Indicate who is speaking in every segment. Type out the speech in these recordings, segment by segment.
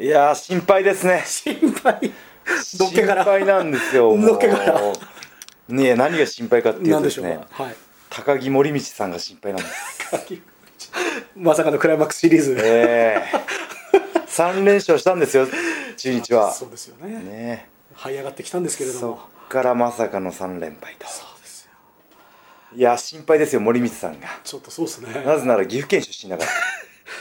Speaker 1: いやー心配ですね
Speaker 2: 心配のっけから
Speaker 1: 心配なんです よもう
Speaker 2: のっけから
Speaker 1: ねえ何が心配かっていう
Speaker 2: な
Speaker 1: と
Speaker 2: ん
Speaker 1: で
Speaker 2: でし
Speaker 1: す
Speaker 2: ょう
Speaker 1: ね
Speaker 2: か、はい
Speaker 1: 高木森道さんが心配なんです
Speaker 2: まさかのクライマックスシリーズ、
Speaker 1: ええ3連 勝したんですよ中日は
Speaker 2: そうですよね
Speaker 1: ね
Speaker 2: 這い上がってきたんですけ
Speaker 1: え
Speaker 2: れど
Speaker 1: そ
Speaker 2: も
Speaker 1: っからまさかの3連敗と
Speaker 2: そうですよ
Speaker 1: いや心配ですよ森光さんが
Speaker 2: ちょっとそうですね
Speaker 1: なぜなら岐阜県出身だから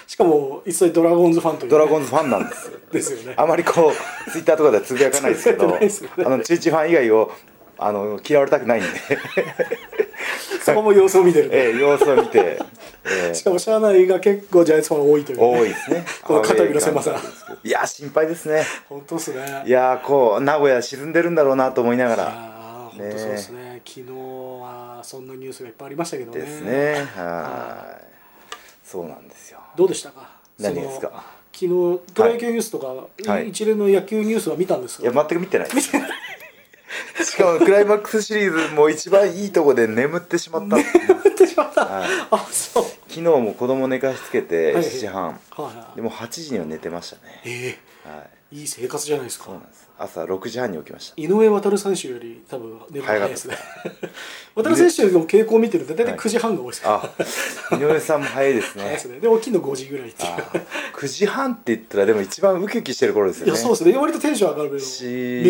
Speaker 2: しかも一切ドラゴンズファンという、
Speaker 1: ドラゴンズファンなんですよ
Speaker 2: ですよね
Speaker 1: あまりこうツイッターとかではつぶやかないですけ
Speaker 2: つ
Speaker 1: ど、
Speaker 2: ぶやいてないですよね
Speaker 1: あの中日ファン以外をあの嫌われたくない んで、
Speaker 2: そこも様子を見てる、
Speaker 1: ええ様子を見て、ええ
Speaker 2: しかも社内が結構ジャイアンツファン多いというね、
Speaker 1: 多いですね
Speaker 2: この片浦狭さ
Speaker 1: いや心配ですね
Speaker 2: 本当ですね
Speaker 1: いやこう名古屋沈んでるんだろうなと思いなが
Speaker 2: いや
Speaker 1: ら
Speaker 2: ー本当そうですね昨日はそんなニュースがいっぱいありましたけどね
Speaker 1: ですねはいそうなんですよ
Speaker 2: どうでしたか
Speaker 1: 何ですか
Speaker 2: その昨日プロ野球ニュースとか、
Speaker 1: はい
Speaker 2: 一連の野球ニュースは見たんです
Speaker 1: いや
Speaker 2: が、
Speaker 1: 全く見てないですしかもクライマックスシリーズも一番いいとこで眠ってしま った
Speaker 2: やってしまった、
Speaker 1: はい
Speaker 2: あそう
Speaker 1: 昨日も子供寝かしつけて
Speaker 2: はい
Speaker 1: 7時半
Speaker 2: はいはい
Speaker 1: でも8時には寝てましたね
Speaker 2: え
Speaker 1: はい
Speaker 2: えいい生活じゃないです
Speaker 1: そうな
Speaker 2: か
Speaker 1: んです朝6時半に起きました
Speaker 2: 井上航選手より多分寝る早いですね
Speaker 1: かった
Speaker 2: 渡選手の傾向を見てると大体
Speaker 1: はい
Speaker 2: 9時半が多いですから、
Speaker 1: あ井上さんも早いです
Speaker 2: 早い
Speaker 1: ね
Speaker 2: ですねで起きるの5時ぐらい っていう
Speaker 1: あ9時半って言ったらでも一番ウキウキしてる頃ですよ
Speaker 2: い
Speaker 1: ね
Speaker 2: やそうですね割とテンション上がる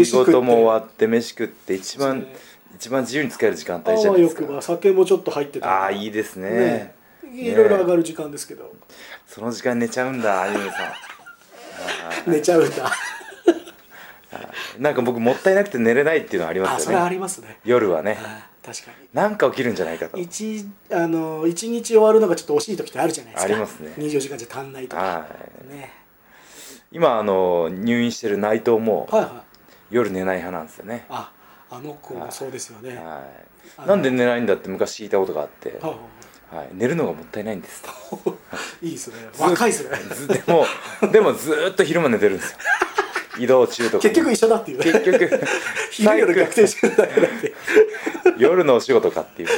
Speaker 1: 仕事も終わ
Speaker 2: っ
Speaker 1: って飯食って一番、
Speaker 2: そうですね
Speaker 1: 一番自由に使える時間
Speaker 2: あ
Speaker 1: 帯じゃな
Speaker 2: わ
Speaker 1: いで
Speaker 2: よ
Speaker 1: す
Speaker 2: くば
Speaker 1: か
Speaker 2: 酒もちょっと入ってた
Speaker 1: ああいいですね
Speaker 2: ねいろいろ上がる時間ですけど、
Speaker 1: その時間寝ちゃうんだ井上さ
Speaker 2: 寝ちゃ うんだ
Speaker 1: んなんか僕もったいなくて寝れないっていうのありま
Speaker 2: あ
Speaker 1: す
Speaker 2: それ
Speaker 1: よ
Speaker 2: あ
Speaker 1: ね
Speaker 2: りますね
Speaker 1: 夜はね
Speaker 2: あ確かに
Speaker 1: なんか起きるんじゃないかと
Speaker 2: 一あの一日終わるのがちょっと惜しい時ってあるじゃないですか
Speaker 1: ありますね
Speaker 2: 24時間じゃ足んないとか
Speaker 1: は
Speaker 2: ね
Speaker 1: 今あの入院してる内藤も
Speaker 2: はいはい
Speaker 1: 夜寝ない派なんですよね
Speaker 2: ああの子もそうですよねはい
Speaker 1: はい
Speaker 2: あの
Speaker 1: なんで寝ないんだって昔聞いたことがあって、
Speaker 2: はいは
Speaker 1: はい、寝るのがもったいないんですと
Speaker 2: いいいですね若 いですね
Speaker 1: ずでもでもずーっと昼間寝てるんですよ移動中とか
Speaker 2: 結局一緒だっていうね
Speaker 1: 結局
Speaker 2: 昼夜逆転してるだけだって
Speaker 1: 夜のお仕事かっていう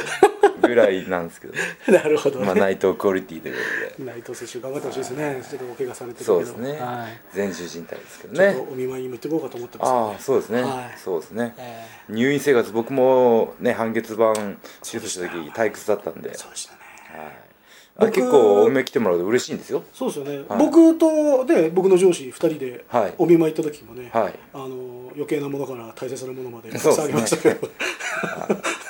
Speaker 1: ぐらいなんです けど、
Speaker 2: なるほど、ね
Speaker 1: まあ、内藤クオリティということで
Speaker 2: 内藤選手頑張ってほしいですねちょっとお怪我されてるけど
Speaker 1: そうですね、
Speaker 2: はい
Speaker 1: 全獣人体ですけど
Speaker 2: ちょっ
Speaker 1: ね
Speaker 2: とお見舞いにも行ってこうかと思ってます、ね、
Speaker 1: ああそうですね、
Speaker 2: はい
Speaker 1: そうですね、
Speaker 2: え
Speaker 1: 入院生活僕もね半月板手術した時退屈だったんで
Speaker 2: ーそうでしたね
Speaker 1: あ
Speaker 2: 僕
Speaker 1: 結構お見舞い来てもらうと嬉しいんですよ
Speaker 2: そうですよね、
Speaker 1: はい
Speaker 2: 僕とで僕の上司2人で
Speaker 1: はい
Speaker 2: お見舞い行った時もね、
Speaker 1: はい
Speaker 2: あの余計なものから大切なものまでたく
Speaker 1: そうっ
Speaker 2: さ
Speaker 1: すね
Speaker 2: んあげましたけど、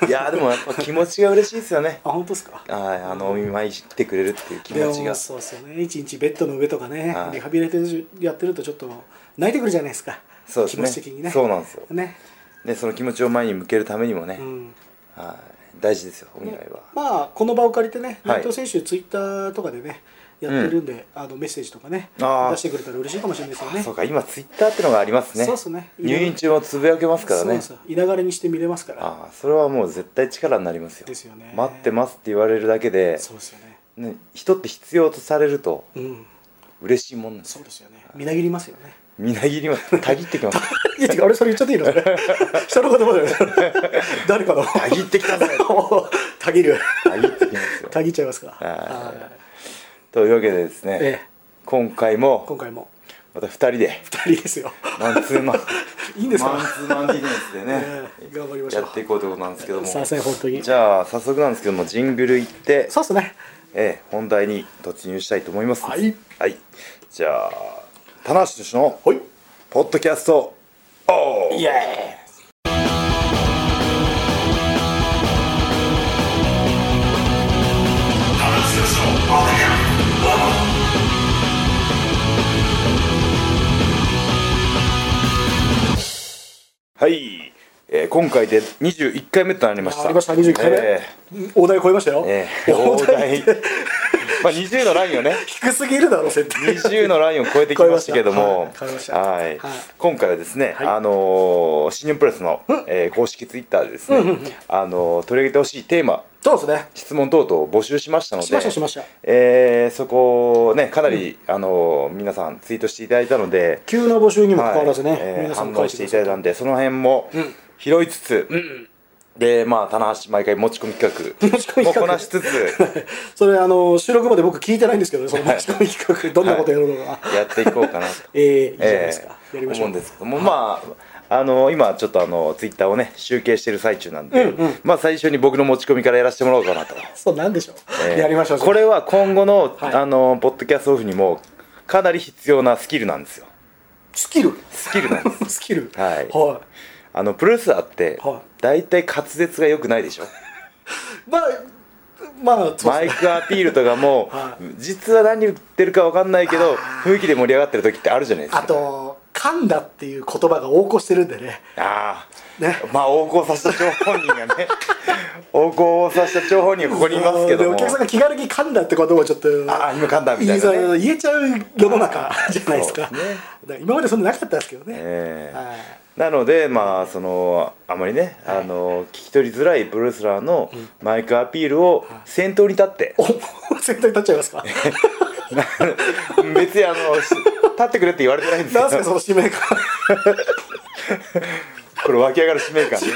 Speaker 1: いやーでもやっぱ気持ちが嬉しいですよね
Speaker 2: あ本当ですか
Speaker 1: はいあのお見舞いしてくれるっていう気
Speaker 2: で
Speaker 1: 持ちが
Speaker 2: もそうですよね一日ベッドの上とかね、
Speaker 1: はい
Speaker 2: リハビリテーションやってるとちょっと泣いてくるじゃないですか
Speaker 1: そうですね
Speaker 2: 気持ち的にね
Speaker 1: そうなんですよ
Speaker 2: ね、
Speaker 1: ねその気持ちを前に向けるためにもね、
Speaker 2: うん、
Speaker 1: はい大事ですよお見舞いは、
Speaker 2: まあこの場を借りてね
Speaker 1: はい
Speaker 2: 内藤選手、ツイッターとかでねやってるんで、あのメッセージとかね
Speaker 1: あー
Speaker 2: 出してくれたら嬉しいかもしれないですよ ね
Speaker 1: そうか今ツイッターってのがありますね
Speaker 2: そうっすね
Speaker 1: 入院中もつぶやけますから
Speaker 2: そう
Speaker 1: ね
Speaker 2: ですよいながらにして見れますから
Speaker 1: ああそれはもう絶対力になりますよ
Speaker 2: ですよね
Speaker 1: 待ってますって言われるだけで、
Speaker 2: そうですよね
Speaker 1: ね、人って必要とされると
Speaker 2: うん
Speaker 1: 嬉しいもんなんです
Speaker 2: そ
Speaker 1: よ
Speaker 2: うですよねみなぎりますよね
Speaker 1: みなぎりますたぎってきます
Speaker 2: いやてか俺それ言っちゃってい いの人の言葉だよね誰かの
Speaker 1: たぎってきたぜ
Speaker 2: たぎる
Speaker 1: たぎってきますよ
Speaker 2: たぎっちゃいますか
Speaker 1: はい
Speaker 2: はい
Speaker 1: というわけでですね、
Speaker 2: ええ
Speaker 1: 今回
Speaker 2: 今
Speaker 1: も
Speaker 2: 回も
Speaker 1: また2人で
Speaker 2: 2人ですよ
Speaker 1: マンツーマン
Speaker 2: いいんですか
Speaker 1: マンツーマンディフェンスでね、
Speaker 2: ええ頑張りましょう
Speaker 1: やっていこうということなんですけども
Speaker 2: すいません本当に
Speaker 1: じゃあ早速なんですけどもジングル行って
Speaker 2: そうっすね
Speaker 1: ええ、本題に突入したいと思います。
Speaker 2: はい。
Speaker 1: じゃあ、田無氏の、
Speaker 2: はい
Speaker 1: ポッドキャスト、おー
Speaker 2: イエ
Speaker 1: はい。えー今回で21回目となりました。
Speaker 2: ありました21回目
Speaker 1: え
Speaker 2: ーイ大台超えましたよ
Speaker 1: えええ
Speaker 2: 大
Speaker 1: 大
Speaker 2: 台
Speaker 1: 台。まあ20のラインを ね、
Speaker 2: 低すぎるだろ設定
Speaker 1: 20のラインを超えてきましたけども、
Speaker 2: 超えましたはい
Speaker 1: はい
Speaker 2: 超えましたはい
Speaker 1: 今回はですね、
Speaker 2: はい
Speaker 1: あのー新日本プロレスの、えー公式ツイッターでですね、あのー取り上げてほしいテーマ、
Speaker 2: そうですね
Speaker 1: 質問等々を募集しましたので、
Speaker 2: しましたしました
Speaker 1: えーそこをねかなり、あの皆さんツイートしていただいたので、
Speaker 2: 急な募集にもかかわらずね、
Speaker 1: はいえー
Speaker 2: 皆さん
Speaker 1: 反
Speaker 2: 書
Speaker 1: 応
Speaker 2: い
Speaker 1: しててい
Speaker 2: く
Speaker 1: た
Speaker 2: だ
Speaker 1: だい
Speaker 2: さ
Speaker 1: たんでその辺も拾いつつ、でまあ棚橋毎回持ち込み企画
Speaker 2: 持ち込み企画
Speaker 1: もこなしつつ
Speaker 2: それあの収録まで僕聞いてないんですけどねその持ち込み企画どんなことやるのか、
Speaker 1: やっていこうかなと
Speaker 2: ええ いいじゃない
Speaker 1: え
Speaker 2: ですか、
Speaker 1: え
Speaker 2: やりまし
Speaker 1: 思
Speaker 2: ょ
Speaker 1: う
Speaker 2: うん
Speaker 1: ですけども、まああの今ちょっとあのツイッターをね集計してる最中なんで、まあ最初に僕の持ち込みからやらせてもらおうかなと、
Speaker 2: そうなんでしょう、
Speaker 1: ええ
Speaker 2: やりましょう
Speaker 1: これは今後の、
Speaker 2: はい
Speaker 1: あのポッドキャストオフにもかなり必要なスキルなんですよ
Speaker 2: スキル
Speaker 1: スキルなんです
Speaker 2: スキル
Speaker 1: はい
Speaker 2: は
Speaker 1: あのプロレスラーって
Speaker 2: は
Speaker 1: 大体滑舌が良くないでしょ
Speaker 2: いまあまあそう
Speaker 1: マ
Speaker 2: で
Speaker 1: イ
Speaker 2: すね
Speaker 1: クアピールとかも、
Speaker 2: は
Speaker 1: 実は何言ってるか分かんないけど雰囲気で盛り上がってる時ってあるじゃないですか
Speaker 2: あと噛んだっていう言葉が横行してるんでね
Speaker 1: ああ、
Speaker 2: ね
Speaker 1: まあ横行させた張本人が ね横行をさせた張本人がここにいますけど
Speaker 2: で
Speaker 1: も
Speaker 2: お客さんが気軽に噛んだってことをちょっと
Speaker 1: ああ今噛んだみた
Speaker 2: 言
Speaker 1: い
Speaker 2: いそ
Speaker 1: な、
Speaker 2: う
Speaker 1: ね
Speaker 2: 言えちゃう世の中じゃないですか
Speaker 1: そうですね
Speaker 2: だから今までそんななかったですけどね、
Speaker 1: ええ
Speaker 2: はい
Speaker 1: なのでまあそのあまりね、あの聞き取りづらいプロレスラーのマイクアピールを先頭に立って、
Speaker 2: お先頭に立っちゃいますか
Speaker 1: 別にあのし立ってくれって言われてないんです
Speaker 2: なんす
Speaker 1: け
Speaker 2: か
Speaker 1: ど
Speaker 2: その使命感
Speaker 1: これ湧き上がる使命 感ね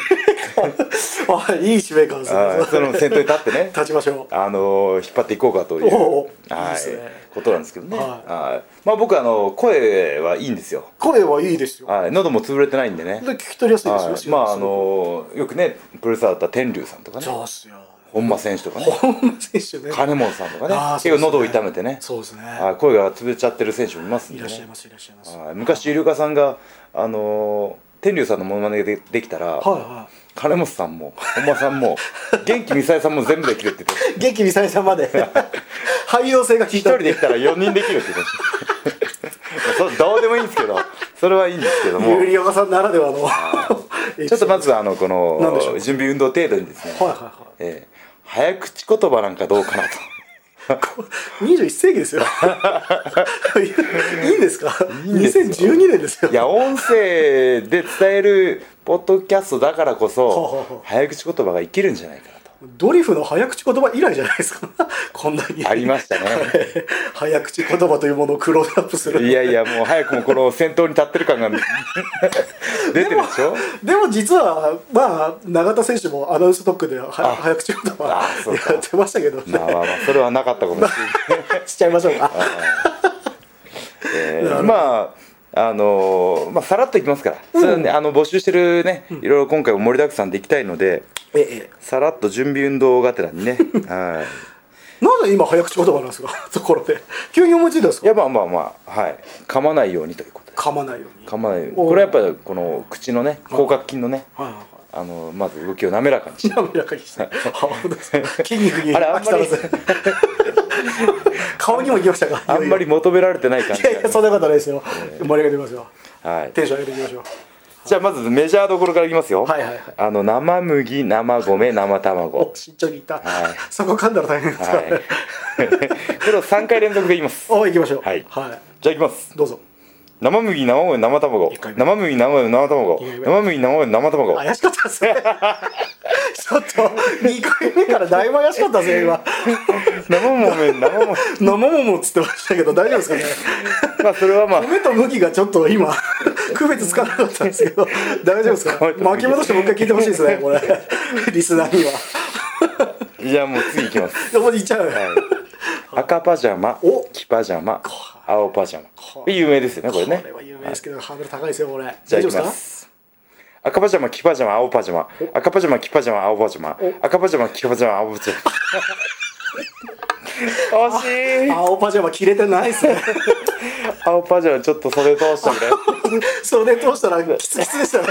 Speaker 2: あいい使命感ですね
Speaker 1: はいその先頭に立ってね
Speaker 2: 立ちましょう
Speaker 1: あの引っ張っていこうかという
Speaker 2: おうおういい
Speaker 1: は
Speaker 2: で
Speaker 1: い
Speaker 2: すね
Speaker 1: ことなんですけどね、
Speaker 2: はい
Speaker 1: はいまあ、僕あの声はいいんですよ、
Speaker 2: 声はいいですよ
Speaker 1: はい、喉も潰れてないんでね
Speaker 2: で聞き取りやすいですよ、
Speaker 1: はい、まああのよくねプロレスラーだったら天竜さんとかね
Speaker 2: そうっすよ
Speaker 1: 本間選手とかね
Speaker 2: 本間選手ね
Speaker 1: 金本さんとかね
Speaker 2: あー
Speaker 1: 結構
Speaker 2: そう
Speaker 1: 喉を
Speaker 2: ですね
Speaker 1: 痛めてね
Speaker 2: そうですね
Speaker 1: はい声が潰れちゃってる選手もいますん
Speaker 2: い
Speaker 1: で
Speaker 2: ら
Speaker 1: ね
Speaker 2: っしゃいますいらっしゃいますはい
Speaker 1: はい昔龍華さんがあの天竜さんのモノマネでできたら、
Speaker 2: は
Speaker 1: 金本さんも本間さんも 元気みさえさんも全部できるって言って
Speaker 2: い元気みさえさん まで汎用性が聞
Speaker 1: 一
Speaker 2: いた
Speaker 1: 人できたら4人できるって言ってました それどうでもいいんですけどそれはいいんですけども
Speaker 2: ゆりおかさんならではの
Speaker 1: ちょっとま
Speaker 2: ず
Speaker 1: ずあのこ
Speaker 2: なんでしょ
Speaker 1: の
Speaker 2: う
Speaker 1: 準備運動程度にですね、
Speaker 2: はいはいはい
Speaker 1: えー早口言葉なんかどうかなと
Speaker 2: 21世紀です よいいんですか
Speaker 1: いんですよ
Speaker 2: 2012年ですよ
Speaker 1: いや音声で伝えるポッドキャストだからこ
Speaker 2: ほうほうほ
Speaker 1: そう早口言葉がいけるんじゃないかなと
Speaker 2: ドリフの早口言葉以来じゃないですかこんなに
Speaker 1: ありましたね
Speaker 2: 早口言葉というものをクローズアップする
Speaker 1: いやいやもう早くもこの先頭に立ってる感 が出てるでしょ
Speaker 2: でも実はまあ永田選手もアナウンストックでは
Speaker 1: あ
Speaker 2: 早口言葉
Speaker 1: あそうか
Speaker 2: やってましたけどね
Speaker 1: まあまあまあそれはなかったかもしれない
Speaker 2: しちゃいましょうか
Speaker 1: えーまああのーまあさらっといきますから、それはねあの募集してるねいろいろ今回も盛りだくさんでいきたいので
Speaker 2: ええ
Speaker 1: さらっと準備運動がてらに ねはい
Speaker 2: なぜ今早口言葉なんですか ところで急に思いついたんです
Speaker 1: い
Speaker 2: か
Speaker 1: やまあまあまあはい噛まないようにということで
Speaker 2: 噛まないように
Speaker 1: 噛まないように
Speaker 2: おう
Speaker 1: これはやっぱりこの口のね広角筋のね
Speaker 2: はいはいはい
Speaker 1: あのまず動きを滑らかにして
Speaker 2: 滑らかにして。あ本当ですか筋肉に
Speaker 1: あれあんまり
Speaker 2: 飽き足らず顔にも行きましたか。
Speaker 1: あんまり求められてない感
Speaker 2: い
Speaker 1: じが
Speaker 2: やいやいやそんなことないですよ。盛り上げてみますよ。
Speaker 1: はい
Speaker 2: テンション上げていきましょう。
Speaker 1: じゃあまずメジャーどころからいきますよ
Speaker 2: はいはいはい
Speaker 1: あの生麦生米生卵
Speaker 2: お慎重にいった
Speaker 1: はい。
Speaker 2: そこ噛んだら大変ですか
Speaker 1: はい
Speaker 2: らね。
Speaker 1: これを3回連続で言います
Speaker 2: お行きましょう。
Speaker 1: はい
Speaker 2: は
Speaker 1: じゃあいきます
Speaker 2: い。どうぞ。
Speaker 1: 生麦生米生卵
Speaker 2: 一回目
Speaker 1: 生麦生米生卵
Speaker 2: 二回目
Speaker 1: 生麦生米生卵
Speaker 2: 怪しかったですね。ちょっと二回目からだいぶ怪しかったですね今。
Speaker 1: 生米生 米
Speaker 2: 生ももっつってましたけど大丈夫ですかね。
Speaker 1: まあそれはまあ
Speaker 2: 米と麦がちょっと今 区別つかなかったんですけど大丈夫です か
Speaker 1: 米と麦
Speaker 2: 巻き戻してもう一回聞いてほしいですねこれ リスナーには
Speaker 1: じゃあもう次いきます
Speaker 2: そこに行っちゃう、
Speaker 1: はい、赤パジャマ
Speaker 2: お
Speaker 1: 黄パジャマ青パジャ
Speaker 2: こ
Speaker 1: マ有名ですよねこれね
Speaker 2: これは有名ですけど、ハードル高いですよこれ
Speaker 1: じゃあ
Speaker 2: 大
Speaker 1: い
Speaker 2: 丈
Speaker 1: き
Speaker 2: 夫
Speaker 1: ま
Speaker 2: です
Speaker 1: す赤パジャマ黄パジャマ青パジャマ赤パジャマ黄パジャマ青パジャマ赤パジャマ黄パジャマ青パジャマ 惜しい
Speaker 2: か青パジャマ着れてないですね
Speaker 1: 青パジャマちょっと袖通してくれ
Speaker 2: それで通したらキツキツでしたね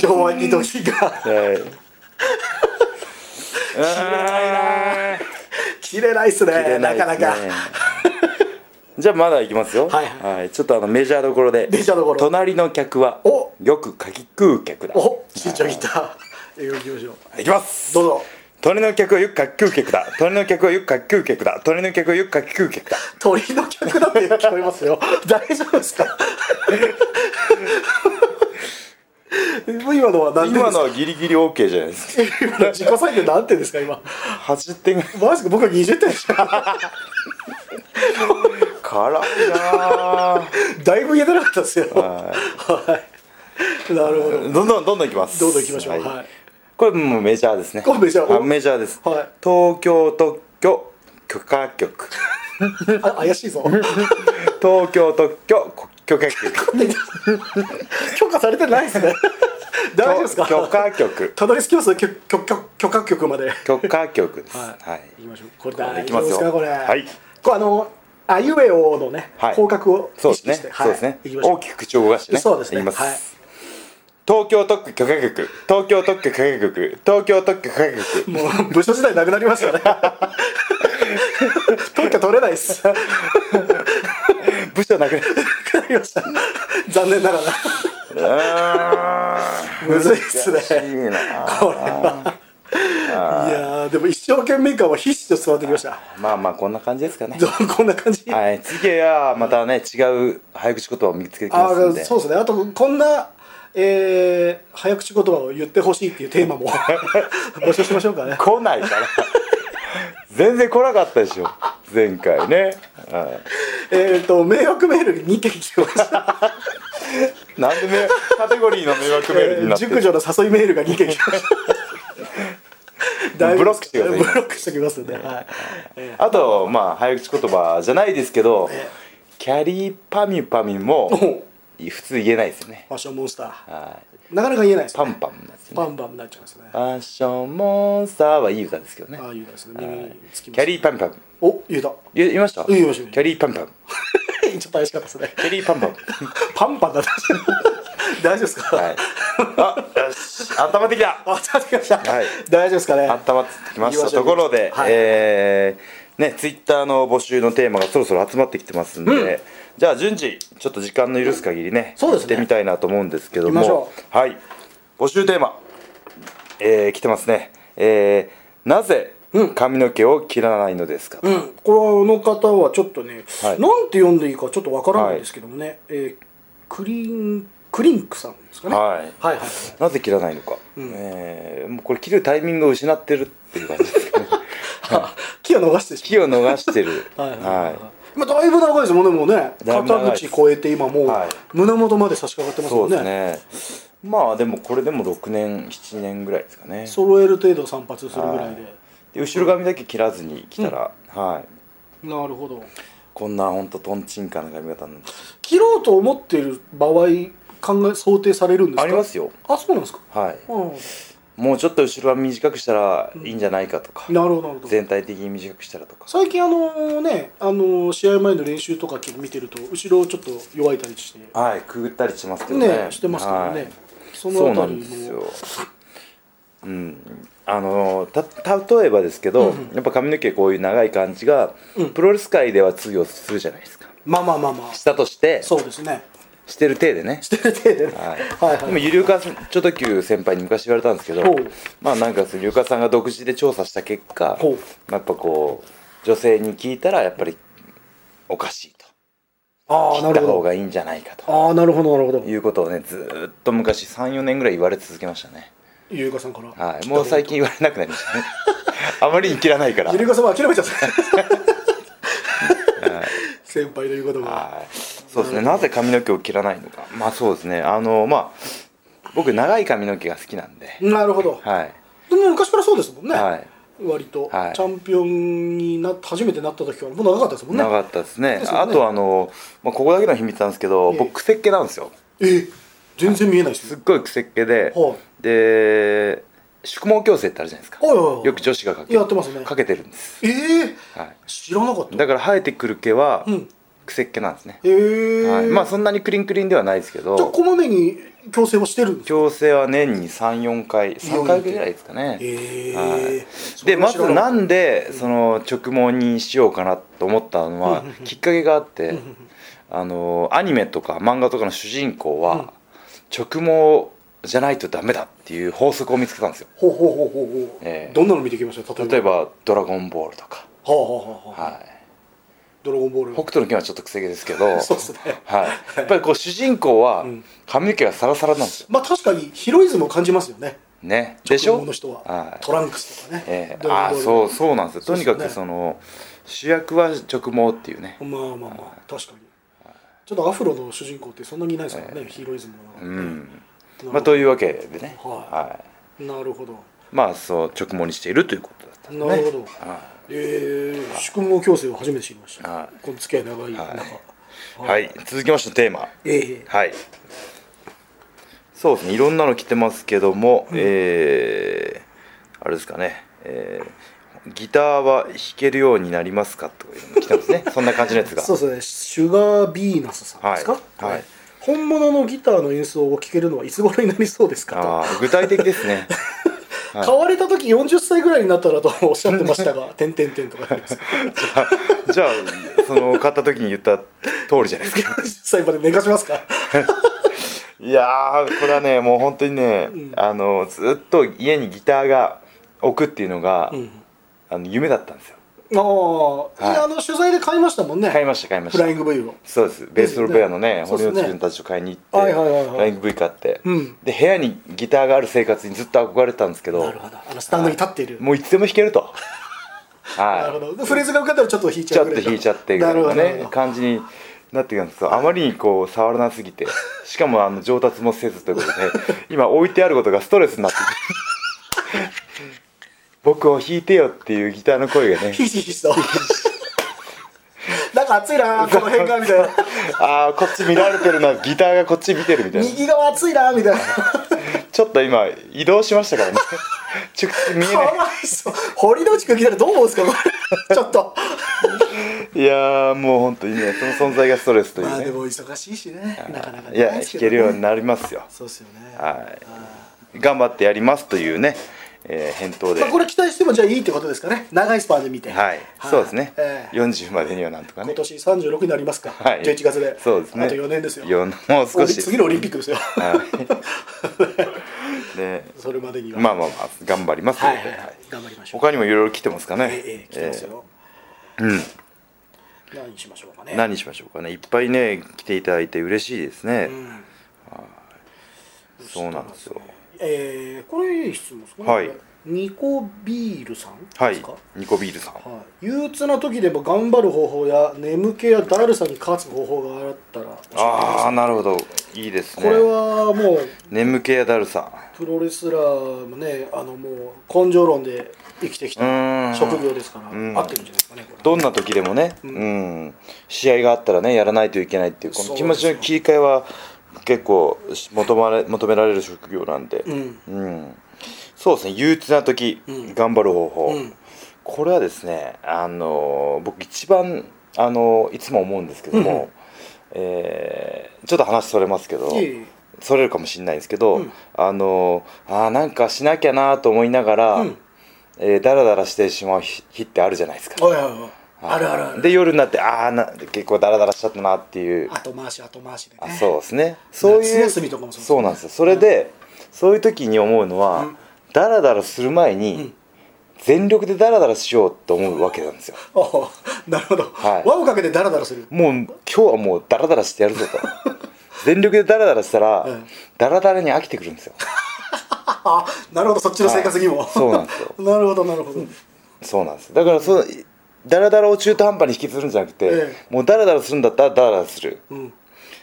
Speaker 2: 上腕二頭筋 が
Speaker 1: はい うん
Speaker 2: 着れないですね
Speaker 1: 切れ
Speaker 2: な
Speaker 1: ない
Speaker 2: かなか
Speaker 1: ですねじゃあまだいきますよ
Speaker 2: はいは
Speaker 1: ちょっとあのメジャーどころで
Speaker 2: メジャーどころ
Speaker 1: 隣の客は
Speaker 2: お
Speaker 1: よくかき食う客だ
Speaker 2: お緊張いった行きましょう
Speaker 1: いきます
Speaker 2: どうぞ
Speaker 1: 鳥の客はよくかき食う客だ鳥の客はよくかき食う客だ鳥の客はよくかき食う客だ
Speaker 2: 鳥の客だって聞こえますよ 大丈夫ですか今のは何点
Speaker 1: 今の
Speaker 2: ですか
Speaker 1: はギリギリ OK じゃないですか
Speaker 2: 今の自己採点何点ですか今
Speaker 1: 8点ぐらい
Speaker 2: マジか僕は20点でした
Speaker 1: 辛いなぁ
Speaker 2: だいぶ言えてなかったですよはい、なるほど
Speaker 1: どんどんどんどんいきます
Speaker 2: どうぞ行きましょう
Speaker 1: は
Speaker 2: はいい
Speaker 1: これもうメジャーですね
Speaker 2: これメジャー
Speaker 1: あメジャーです、
Speaker 2: はい
Speaker 1: 東京特許許可局
Speaker 2: あ怪しいぞ
Speaker 1: 東京特許許可局
Speaker 2: 許可されてない ですね 大丈夫ですか
Speaker 1: 許可局
Speaker 2: たどり着きます許許許許可局まで
Speaker 1: 許可局ですは、
Speaker 2: はいい、行きましょう。これ
Speaker 1: れ
Speaker 2: 大
Speaker 1: 行き
Speaker 2: 丈
Speaker 1: ま
Speaker 2: 夫
Speaker 1: す
Speaker 2: で
Speaker 1: よ
Speaker 2: すかこれ。
Speaker 1: はい。
Speaker 2: こうあのあゆえおのね、
Speaker 1: はい
Speaker 2: 広角を意
Speaker 1: そう
Speaker 2: 識
Speaker 1: です
Speaker 2: して、
Speaker 1: ね、
Speaker 2: はい
Speaker 1: そうですね
Speaker 2: 行きましょう。
Speaker 1: 大きく口を動かしてね
Speaker 2: そうですね
Speaker 1: 言います、
Speaker 2: はい
Speaker 1: 東京特許許可局東京特許許可局東京特許許可 局
Speaker 2: もう部署時代なくなりましたね。 特許取れないです。な
Speaker 1: 部署なくな
Speaker 2: くなりました。残念ながら むずいっすね。
Speaker 1: いいな
Speaker 2: これはいやーでも一生懸命感は必死と伝わってきました。
Speaker 1: まあまあこんな感じですかね
Speaker 2: どうこんな感じ。
Speaker 1: はい次はまたね違う早口言葉を見つけてきま
Speaker 2: あ
Speaker 1: すん
Speaker 2: ー
Speaker 1: で
Speaker 2: そうですねあとこんな、えー早口言葉を言ってほしいっていうテー マも募集しましょうかね
Speaker 1: 来ないから全然来なかったでしょ前回ね、は
Speaker 2: えっと迷惑メール2件来てました、
Speaker 1: い、なんでねカテゴリーの迷惑メールに
Speaker 2: え
Speaker 1: な
Speaker 2: ー
Speaker 1: ってる、
Speaker 2: 熟女の誘いメールが2件来てましただいぶ
Speaker 1: ブロックしてください
Speaker 2: ブロックしてきますんで、はいえ
Speaker 1: あとまあ早口言葉じゃないですけど、キャリーパミュパミュも
Speaker 2: お
Speaker 1: 普通言えないですよね
Speaker 2: ーファッションモンスター
Speaker 1: はい
Speaker 2: なかなか言えないです
Speaker 1: パンパンなんですよね
Speaker 2: バンバンになっちゃいますね
Speaker 1: ファッションモンスターはいい歌ですけどね
Speaker 2: ああいうのですね耳につきます
Speaker 1: キャリーパンパン
Speaker 2: お言うた
Speaker 1: 言言いました
Speaker 2: 言いました
Speaker 1: キャリーパンパン
Speaker 2: ちょっと怪しかっ たですね
Speaker 1: キャリーパンパン
Speaker 2: パンパンだった大丈夫ですか、
Speaker 1: はい あよし温まってきた
Speaker 2: あ、伝わってきました。
Speaker 1: はい
Speaker 2: 大丈夫ですかね。
Speaker 1: 温まってきまし
Speaker 2: 行きま
Speaker 1: た
Speaker 2: しょ
Speaker 1: と
Speaker 2: う
Speaker 1: ころで、
Speaker 2: はい
Speaker 1: えーねツイッターの募集のテーマがそろそろ集まってきてますんで、じゃあ順次ちょっと時間の許す限りね
Speaker 2: そうですね
Speaker 1: やってみたいなと思うんですけど
Speaker 2: 行きまし
Speaker 1: も
Speaker 2: ょ
Speaker 1: はい募集テーマ、えー、来てますねえー、なぜ髪の毛を切らないのですか、
Speaker 2: うん、この方はちょっとね、
Speaker 1: はい
Speaker 2: なんて読んでいいかちょっとわからないんですけどもね、えークリーンクリンクさんですかね。
Speaker 1: はい
Speaker 2: はいはい。
Speaker 1: なぜ切らないのか、えーもうこれ切るタイミングを失ってるっていう感じです かね
Speaker 2: は木を逃してし
Speaker 1: 気を逃してる
Speaker 2: まう。はいはいはい
Speaker 1: は
Speaker 2: まあ、だいぶ長いですもんね、もうね。
Speaker 1: だいぶ長い
Speaker 2: 肩
Speaker 1: です
Speaker 2: 口越えて今もう、
Speaker 1: はい
Speaker 2: 胸元まで差し掛かってます
Speaker 1: そ
Speaker 2: も
Speaker 1: うんです
Speaker 2: ね。
Speaker 1: ねまあでもこれでも6年7年ぐらいですかね
Speaker 2: 揃える程度散髪するぐらいで。
Speaker 1: で後ろ髪だけ切らずに来たら、はい
Speaker 2: なるほど。
Speaker 1: こんなほんとトンチンカンな髪型なんです
Speaker 2: 切ろうと思っている場合、考え想定されるんですか。
Speaker 1: ありますよ
Speaker 2: あ、そうなんですか。
Speaker 1: はい
Speaker 2: うん。
Speaker 1: もうちょっと後ろ髪短くしたらいいんじゃないかとか、
Speaker 2: なるほどなるほど。
Speaker 1: 全体的に短くしたらとか
Speaker 2: 最近あのね、あの試合前の練習とか見てると後ろちょっと弱いたりしてね
Speaker 1: はいくぐったりしてますけどね
Speaker 2: してますからね、
Speaker 1: はいそ
Speaker 2: その
Speaker 1: う
Speaker 2: あ
Speaker 1: な
Speaker 2: た
Speaker 1: ん
Speaker 2: り
Speaker 1: ですよ
Speaker 2: も。
Speaker 1: うん、あのた例えばですけど、やっぱ髪の毛こういう長い感じが、プロレス界では通用するじゃないですか
Speaker 2: まあまあまあまあ
Speaker 1: したとして
Speaker 2: そうです ね
Speaker 1: してる体でね
Speaker 2: してる程度ね
Speaker 1: はい
Speaker 2: はい
Speaker 1: で
Speaker 2: は
Speaker 1: も
Speaker 2: い
Speaker 1: ゆりうかちょっときゅう先輩に昔言われたんですけど
Speaker 2: ほう
Speaker 1: まあなんかそのゆりうかさんが独自で調査した結果
Speaker 2: ほう
Speaker 1: やっぱこう女性に聞いたらやっぱりおかしいと
Speaker 2: ああ
Speaker 1: 切
Speaker 2: な
Speaker 1: った
Speaker 2: るほ
Speaker 1: 方
Speaker 2: ど
Speaker 1: がいいんじゃないかと
Speaker 2: ああなるほどなるほど
Speaker 1: いうことをねずーっと昔34年ぐらい言われ続けましたね
Speaker 2: ゆりかさんから
Speaker 1: はいもう最近言われなくなりま したねあまりに切らないから
Speaker 2: ゆりかさんは諦め ちゃった先輩の言うことが
Speaker 1: はいそうですねなぜ髪の毛を切らないのかまあそうですねあのまあ僕長い髪の毛が好きなんで
Speaker 2: なるほど
Speaker 1: はい
Speaker 2: でも昔からそうですもんね
Speaker 1: はい
Speaker 2: 割とチ
Speaker 1: はい
Speaker 2: ャンピオンにな初めてなった時からもう長かったですもんね
Speaker 1: 長かったですね
Speaker 2: ですよね
Speaker 1: あとあの、まあ、ここだけの秘密なんですけど、
Speaker 2: ええ
Speaker 1: 僕癖っ気なんですよ
Speaker 2: え全然見えないです
Speaker 1: すっ
Speaker 2: よ
Speaker 1: ごい癖っ気で、
Speaker 2: はい
Speaker 1: で宿毛矯正ってあるじゃないですか、
Speaker 2: はいはいはい
Speaker 1: よく女子がかけ
Speaker 2: やってますね
Speaker 1: かけてるんです、
Speaker 2: ええ
Speaker 1: は
Speaker 2: 知らなかっ
Speaker 1: い、
Speaker 2: た
Speaker 1: だから生えてくる毛は、
Speaker 2: うん
Speaker 1: 癖っ気なんですね、
Speaker 2: ええ
Speaker 1: はい、まあそんなにクリンクリンではないですけ
Speaker 2: じゃあ
Speaker 1: ど
Speaker 2: こまめに矯正はしてるんですか
Speaker 1: 矯正は年に34回3回ぐらいですかね、
Speaker 2: ええ
Speaker 1: はい
Speaker 2: そ
Speaker 1: で
Speaker 2: れ
Speaker 1: ま
Speaker 2: は知
Speaker 1: ず
Speaker 2: らな
Speaker 1: な
Speaker 2: かった
Speaker 1: んでその直毛にしようかなと思ったのはきっかけがあってあのアニメとか漫画とかの主人公は直毛じゃないとダメだっていう法則を見つけたんですよ
Speaker 2: ほうほうほうほうほう、
Speaker 1: ええ
Speaker 2: どんなの見てきました例
Speaker 1: 例え
Speaker 2: えば
Speaker 1: ば「ドラゴンボール」とか、
Speaker 2: はあはあはあ、
Speaker 1: はい、
Speaker 2: ドラゴンボール
Speaker 1: 北斗の拳はちょっと癖毛ですけど
Speaker 2: そうですね
Speaker 1: はい、やっぱりこう主人公は髪の毛がサラサラなんですよ
Speaker 2: まあ確かにヒロイズムを感じますよね
Speaker 1: ねでし
Speaker 2: 子供
Speaker 1: ょ
Speaker 2: の人は、
Speaker 1: はい
Speaker 2: トランクスとかね、
Speaker 1: ええ
Speaker 2: ドラ
Speaker 1: ああ
Speaker 2: ゴンボ
Speaker 1: そ
Speaker 2: ー
Speaker 1: うそうなんですよとにか
Speaker 2: そう
Speaker 1: く
Speaker 2: ですよ
Speaker 1: その主役は直毛っていうね
Speaker 2: ルまあまあまあ確かにちょっとアフロの主人公ってそんなにいないですからね、ヒロイズムの中で、
Speaker 1: うんまあ、というわけでね、
Speaker 2: はい
Speaker 1: は
Speaker 2: なるほど
Speaker 1: い、まあそう直毛にしているということだったんですね
Speaker 2: なるほど
Speaker 1: は
Speaker 2: ええ宿毛矯正を初めて知りました、
Speaker 1: は
Speaker 2: この付き合い長い中、
Speaker 1: い、はい、続きましてテーマ
Speaker 2: ええ
Speaker 1: はいそうですねいろんなの来てますけども、えーあれですかね、えーギターは弾けるようになりますかとかいうの来てます ねそんな感じのやつが
Speaker 2: そうですねシュガービーナスさんですか、
Speaker 1: はいはい
Speaker 2: 本物のギターの演奏を聴けるのはいつ頃になりそうです
Speaker 1: あ
Speaker 2: か
Speaker 1: ー具体的ですね
Speaker 2: と買われた時40歳ぐらいになったらとおっしゃってまし たが「てんてんてん」とか言って
Speaker 1: じゃあその買った時に言った通りじゃない ですか
Speaker 2: 40歳まで寝かしますか
Speaker 1: いやーこれはねもう本当にね、あのずっと家にギターが置くっていうのが、
Speaker 2: うん
Speaker 1: あの夢だったんですよ
Speaker 2: ああ、
Speaker 1: い
Speaker 2: いやあの取材で買いましたもんね、
Speaker 1: 買いました買いまし
Speaker 2: フ
Speaker 1: た
Speaker 2: ライング V を
Speaker 1: そうですベースボールベアのね
Speaker 2: そうで
Speaker 1: 堀
Speaker 2: すね
Speaker 1: 内君たちを買いに行って
Speaker 2: はいはいはいはい
Speaker 1: ライン V 買って、
Speaker 2: うん
Speaker 1: で部屋にギターがある生活にずっと憧れてたんですけど
Speaker 2: なるほどあのスタンドに立っている、
Speaker 1: もういつでも弾ける と
Speaker 2: なる
Speaker 1: は
Speaker 2: ほどでフレーズが受かったらちょっと弾い
Speaker 1: い
Speaker 2: ち
Speaker 1: ち
Speaker 2: ゃ
Speaker 1: ょ
Speaker 2: う
Speaker 1: っ
Speaker 2: ぐ
Speaker 1: と
Speaker 2: らい
Speaker 1: 弾いちゃってみた
Speaker 2: ないるほ
Speaker 1: な
Speaker 2: どなる
Speaker 1: ね
Speaker 2: ほど
Speaker 1: 感じになってきたんですけどあまりにこう触らなすぎてしかもあの上達もせずという ことで今置いてあることがストレスになってきて僕を弾いてよっていうギターの声がね
Speaker 2: ひしひしと なんか熱いなこの辺がみたいな
Speaker 1: ああこっち見られてるなギターがこっち見てるみたいな
Speaker 2: 右側熱いなみたいな
Speaker 1: ちょっと今移動しました からね直接見え
Speaker 2: か
Speaker 1: ない
Speaker 2: わいそう堀之内君来たらどう思うんですかこ れちょっと
Speaker 1: いやーもう本当にねその存在がストレスという
Speaker 2: まあで
Speaker 1: ね、
Speaker 2: も忙しいしねなかなかね
Speaker 1: いや弾けるようになりますよ
Speaker 2: そうですよね
Speaker 1: はい頑張ってやりますというね、えー返答で、
Speaker 2: まあこれ期待してもじゃあいいってことですかね長いスパンで見て
Speaker 1: はい、そうですね、
Speaker 2: ええ
Speaker 1: 40までにはなんとかね
Speaker 2: 今年36になりますか
Speaker 1: はい
Speaker 2: 11月で
Speaker 1: そうですね
Speaker 2: あと4年ですよ
Speaker 1: 四もう少し
Speaker 2: 次のオリンピックですよ
Speaker 1: はい で
Speaker 2: それまでには
Speaker 1: まあまあまあ頑張ります
Speaker 2: は
Speaker 1: の
Speaker 2: い
Speaker 1: で、
Speaker 2: はいは
Speaker 1: はい
Speaker 2: い頑張りましょう
Speaker 1: 他にもいろいろ来てますかね
Speaker 2: え、えええ来てますよ
Speaker 1: うん
Speaker 2: 何にしましょうかね
Speaker 1: 何しましょうかねいっぱいね来ていただいて嬉しいですね、
Speaker 2: うん
Speaker 1: そうなんですよ
Speaker 2: えーこれいい質問ですかね、
Speaker 1: はい
Speaker 2: ニコビールさん
Speaker 1: は
Speaker 2: で
Speaker 1: い
Speaker 2: すか、
Speaker 1: ニコビールさん
Speaker 2: はい憂鬱な時でも頑張る方法や眠気やだるさに勝つ方法があったら教えてくだ
Speaker 1: あ
Speaker 2: さ
Speaker 1: あなるほどいいです
Speaker 2: い
Speaker 1: ね
Speaker 2: これはもう
Speaker 1: 眠気やだるさ
Speaker 2: プロレスラーもねあのもう根性論で生きてき
Speaker 1: うー
Speaker 2: た
Speaker 1: ん
Speaker 2: 職業ですから
Speaker 1: うん
Speaker 2: 合ってるんじゃないですかねこれ
Speaker 1: どんな時でもね、うん試合があったらねやらないといけないっていうこの気持ちの切り替えは結構求まれ求められる職業なんで、
Speaker 2: うん
Speaker 1: うんそうですね憂鬱な時、
Speaker 2: うん
Speaker 1: 頑張る方法、
Speaker 2: うん
Speaker 1: これはですねあのー僕一番あのーいつも思うんですけども、えーちょっと話それますけど、
Speaker 2: いえいえ
Speaker 1: それるかもしれないですけど、
Speaker 2: うん
Speaker 1: あのあーなんかしなきゃなと思いながら、
Speaker 2: うん
Speaker 1: えー、だらだらしてしまう日日ってあるじゃないですか。
Speaker 2: おいおいおいあるあるある
Speaker 1: で夜になってああ結構だらだらしちゃったなっていう
Speaker 2: 後回し後回しで
Speaker 1: あ
Speaker 2: ね
Speaker 1: そうですねそういう
Speaker 2: 夏休みとかもそうですね
Speaker 1: そうなんですよそれで、そういう時に思うのは、
Speaker 2: うん
Speaker 1: だらだらする前に、
Speaker 2: ん
Speaker 1: 全力でだらだらしようと思うわけなんですよ。
Speaker 2: おうなるほど、
Speaker 1: はい
Speaker 2: 輪をかけてダラダラする
Speaker 1: もう今日はもうダラダラしてやるぞ と全力でダラダラしたら、
Speaker 2: うん
Speaker 1: ダラダラに飽きてくるんですよ。
Speaker 2: あなるほどそっちの生活にも、
Speaker 1: はいそうなんですよ
Speaker 2: なるほどなるほど、
Speaker 1: そうなんですだからそのダラダラを中途半端に引きずるんじゃなくて、
Speaker 2: え
Speaker 1: もうダラダラするんだったらダラダラする
Speaker 2: うん、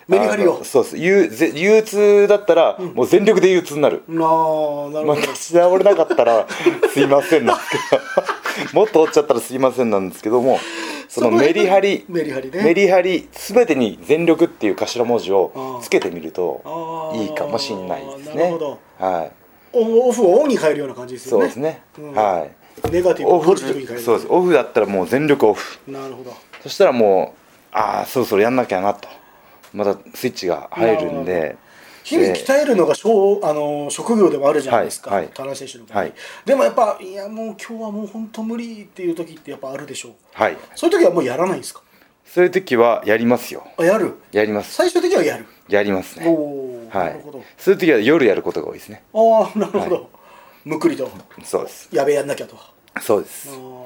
Speaker 2: メリハリ
Speaker 1: あ
Speaker 2: を
Speaker 1: のそうです憂ぜ憂鬱だったら、もう全力で憂鬱になる、
Speaker 2: なあなる
Speaker 1: ま
Speaker 2: ほ
Speaker 1: あ
Speaker 2: ど、
Speaker 1: 立ち直れなかったらすいませんなんですけどもっと折っちゃったらすいませんなんですけどもその
Speaker 2: そこら
Speaker 1: メ
Speaker 2: 辺
Speaker 1: リハリ
Speaker 2: メリハリね
Speaker 1: メリハリ全てに全力っていう頭文字を
Speaker 2: あー
Speaker 1: つけてみる
Speaker 2: あ
Speaker 1: と
Speaker 2: ー
Speaker 1: いいかもしれないですね
Speaker 2: なるほど
Speaker 1: はい
Speaker 2: オンオフをオンに変えるような感じです
Speaker 1: そう
Speaker 2: よね
Speaker 1: ですね、
Speaker 2: うん
Speaker 1: はい
Speaker 2: ネガティブ
Speaker 1: オ
Speaker 2: をポ
Speaker 1: フ
Speaker 2: ジティブに変える
Speaker 1: そうですオフだったらもう全力オフ
Speaker 2: なるほど
Speaker 1: そしたらもうああそろそろやんなきゃなとまたスイッチが入るん
Speaker 2: な
Speaker 1: で
Speaker 2: 日々鍛えるのがしょうあの職業でもあるじゃないですか、
Speaker 1: はいはい
Speaker 2: 田中選手の場合、
Speaker 1: はい
Speaker 2: でもやっぱいやもう今日はもう本当無理っていう時ってやっぱあるでしょう
Speaker 1: はい
Speaker 2: そういう時はもうやらないんですか
Speaker 1: そういう時はやりますよ
Speaker 2: あやる
Speaker 1: やります
Speaker 2: 最終的にはやる
Speaker 1: やりますね
Speaker 2: おお、
Speaker 1: は
Speaker 2: ないるほど
Speaker 1: そういう時は夜やることが多いですね
Speaker 2: ああなるほど、むくりと
Speaker 1: そうです
Speaker 2: やべえやんなきゃと
Speaker 1: そうで
Speaker 2: あ
Speaker 1: す
Speaker 2: ー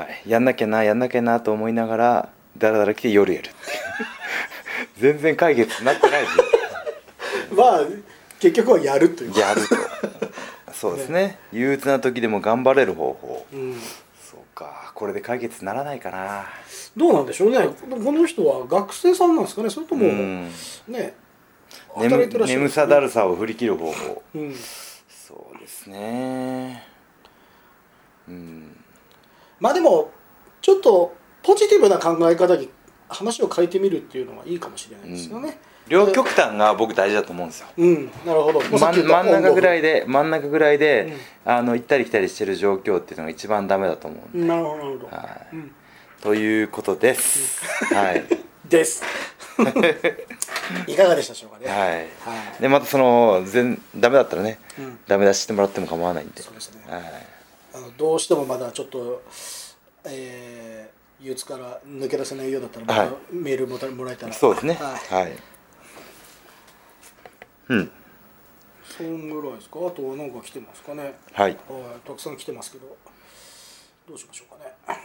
Speaker 1: はいやんなきゃなやんなきゃなと思いながらだらだら来て夜やるって いう全然解決になってないし
Speaker 2: まあ結局はやるという
Speaker 1: やるとそうですね憂鬱な時でも頑張れる方法
Speaker 2: うん
Speaker 1: そうかこれで解決ならないかな
Speaker 2: どうなんでしょうねこの人は学生さんなんですかねそれとも、
Speaker 1: うん
Speaker 2: ね
Speaker 1: 眠
Speaker 2: 働いてらっしゃる
Speaker 1: 眠さだるさを振り切る方法
Speaker 2: うん、
Speaker 1: そうですねうん
Speaker 2: まあでもちょっとポジティブな考え方に話を変えてみるっていうのはいいかもしれないですよね、
Speaker 1: 両極端が僕大事だと思うんですよ
Speaker 2: うんなるほど、
Speaker 1: 真ん真ん中ぐら
Speaker 2: い
Speaker 1: いで真ん中ぐらいで、あの行ったり来たりしてる状況っていうのが一番ダメだと思うんで、
Speaker 2: なるほどなるほど、
Speaker 1: は
Speaker 2: うん、
Speaker 1: い、ということです、はい
Speaker 2: です いかがでしたでしょうかね
Speaker 1: はい
Speaker 2: はい
Speaker 1: でまたその全ダメだったらね、
Speaker 2: うん
Speaker 1: ダメ出ししてもらっても構わないんで
Speaker 2: そうですね
Speaker 1: はい
Speaker 2: あのどうしてもまだちょっと、えー、憂鬱から抜け出せないようだったら、また
Speaker 1: はい
Speaker 2: メールもたもらえたら
Speaker 1: そうですね
Speaker 2: はい
Speaker 1: はい、うん
Speaker 2: そんぐらいですかあとなんか来てますかね
Speaker 1: はい
Speaker 2: はいたくさん来てますけどどうしましょうかね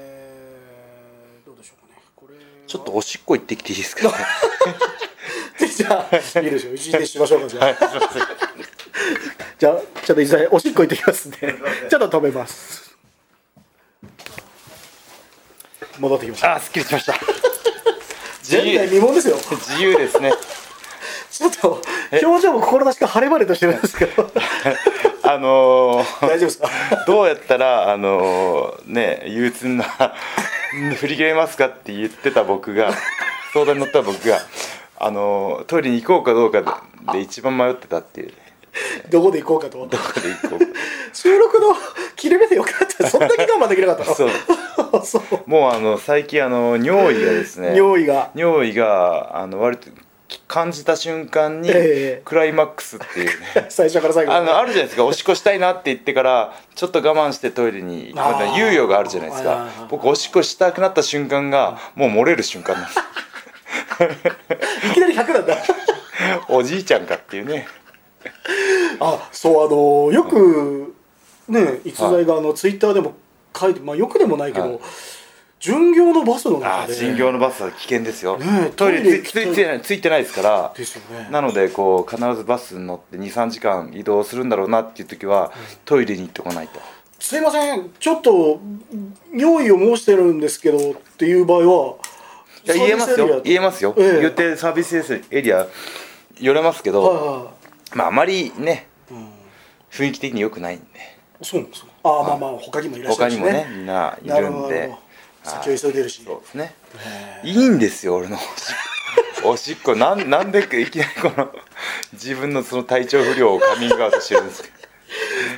Speaker 2: えー、どうでしょうかねこれは
Speaker 1: ちょっとおしっこ行ってきていいですか、ね、
Speaker 2: じゃあいいでしょう一時停止しましょうかじゃあ、 じゃあちょっと一台おしっこ行ってきますんでちょっと止めます戻ってきました
Speaker 1: あーすっきりし ました自
Speaker 2: 前代
Speaker 1: 由
Speaker 2: 未聞ですよ
Speaker 1: 自由ですね
Speaker 2: ちょっと表情も心なしか晴れ晴れとしてるんですけど
Speaker 1: あのー
Speaker 2: 大丈夫ですか
Speaker 1: どうやったらあのね憂鬱な 振り切れますかって言ってた僕が相談に乗った僕があのトイレに行こうかどうかでで一番迷ってたっていう
Speaker 2: どこで行こうかと
Speaker 1: どこで行こう
Speaker 2: 収録の切れ目でよかったそんだけ我慢できなかった
Speaker 1: かそう
Speaker 2: の そう
Speaker 1: もうあの最近あの尿意がですね
Speaker 2: 尿意が
Speaker 1: 尿意があの割と感じた瞬間に
Speaker 2: ええ
Speaker 1: クライマックスっていうね
Speaker 2: 最初から最後
Speaker 1: あのあるじゃないですかおしっこしたいなって言ってからちょっと我慢してトイレに行くまた
Speaker 2: あー
Speaker 1: 猶予があるじゃないです
Speaker 2: はいはいは
Speaker 1: か
Speaker 2: い
Speaker 1: 僕おしっこしたくなった瞬間がもう漏れる瞬間なんです
Speaker 2: いきなり100なんだ
Speaker 1: おじいちゃんかっていうね
Speaker 2: あそうあのよくね逸材があのツイッターでも書いてまあよくでもないけ
Speaker 1: はい
Speaker 2: ど巡業のバスの
Speaker 1: あ
Speaker 2: 中
Speaker 1: あ
Speaker 2: で
Speaker 1: 人形のバスは危険ですよ
Speaker 2: ねえ
Speaker 1: トイレ
Speaker 2: トイ
Speaker 1: つつ
Speaker 2: レ
Speaker 1: いてないついてないですから
Speaker 2: ですよ ね
Speaker 1: なのでこう必ずバスに乗って23時間移動するんだろうなっていう時はトイレに行っとかないと
Speaker 2: すいませんちょっと尿意を申してるんですけどっていう場合はい
Speaker 1: や言えますよ言えますよ
Speaker 2: ええ
Speaker 1: 言ってサービスエリア寄れますけ
Speaker 2: はい
Speaker 1: ど
Speaker 2: は
Speaker 1: まああまりね
Speaker 2: い、うん、
Speaker 1: 雰囲気的に良くないんで
Speaker 2: そうなんですかああまあまあ他にもいらっしゃ
Speaker 1: 他
Speaker 2: る
Speaker 1: に
Speaker 2: し
Speaker 1: もねみんない
Speaker 2: なる
Speaker 1: る
Speaker 2: ほ
Speaker 1: ん
Speaker 2: どなる
Speaker 1: で
Speaker 2: ほど先を急いでるし
Speaker 1: そうですね
Speaker 2: へ
Speaker 1: いいんですよ俺のおしっこ おしっこなんなんでいきなりこの自分のその体調不良をカミングアウトしてるんですか
Speaker 2: え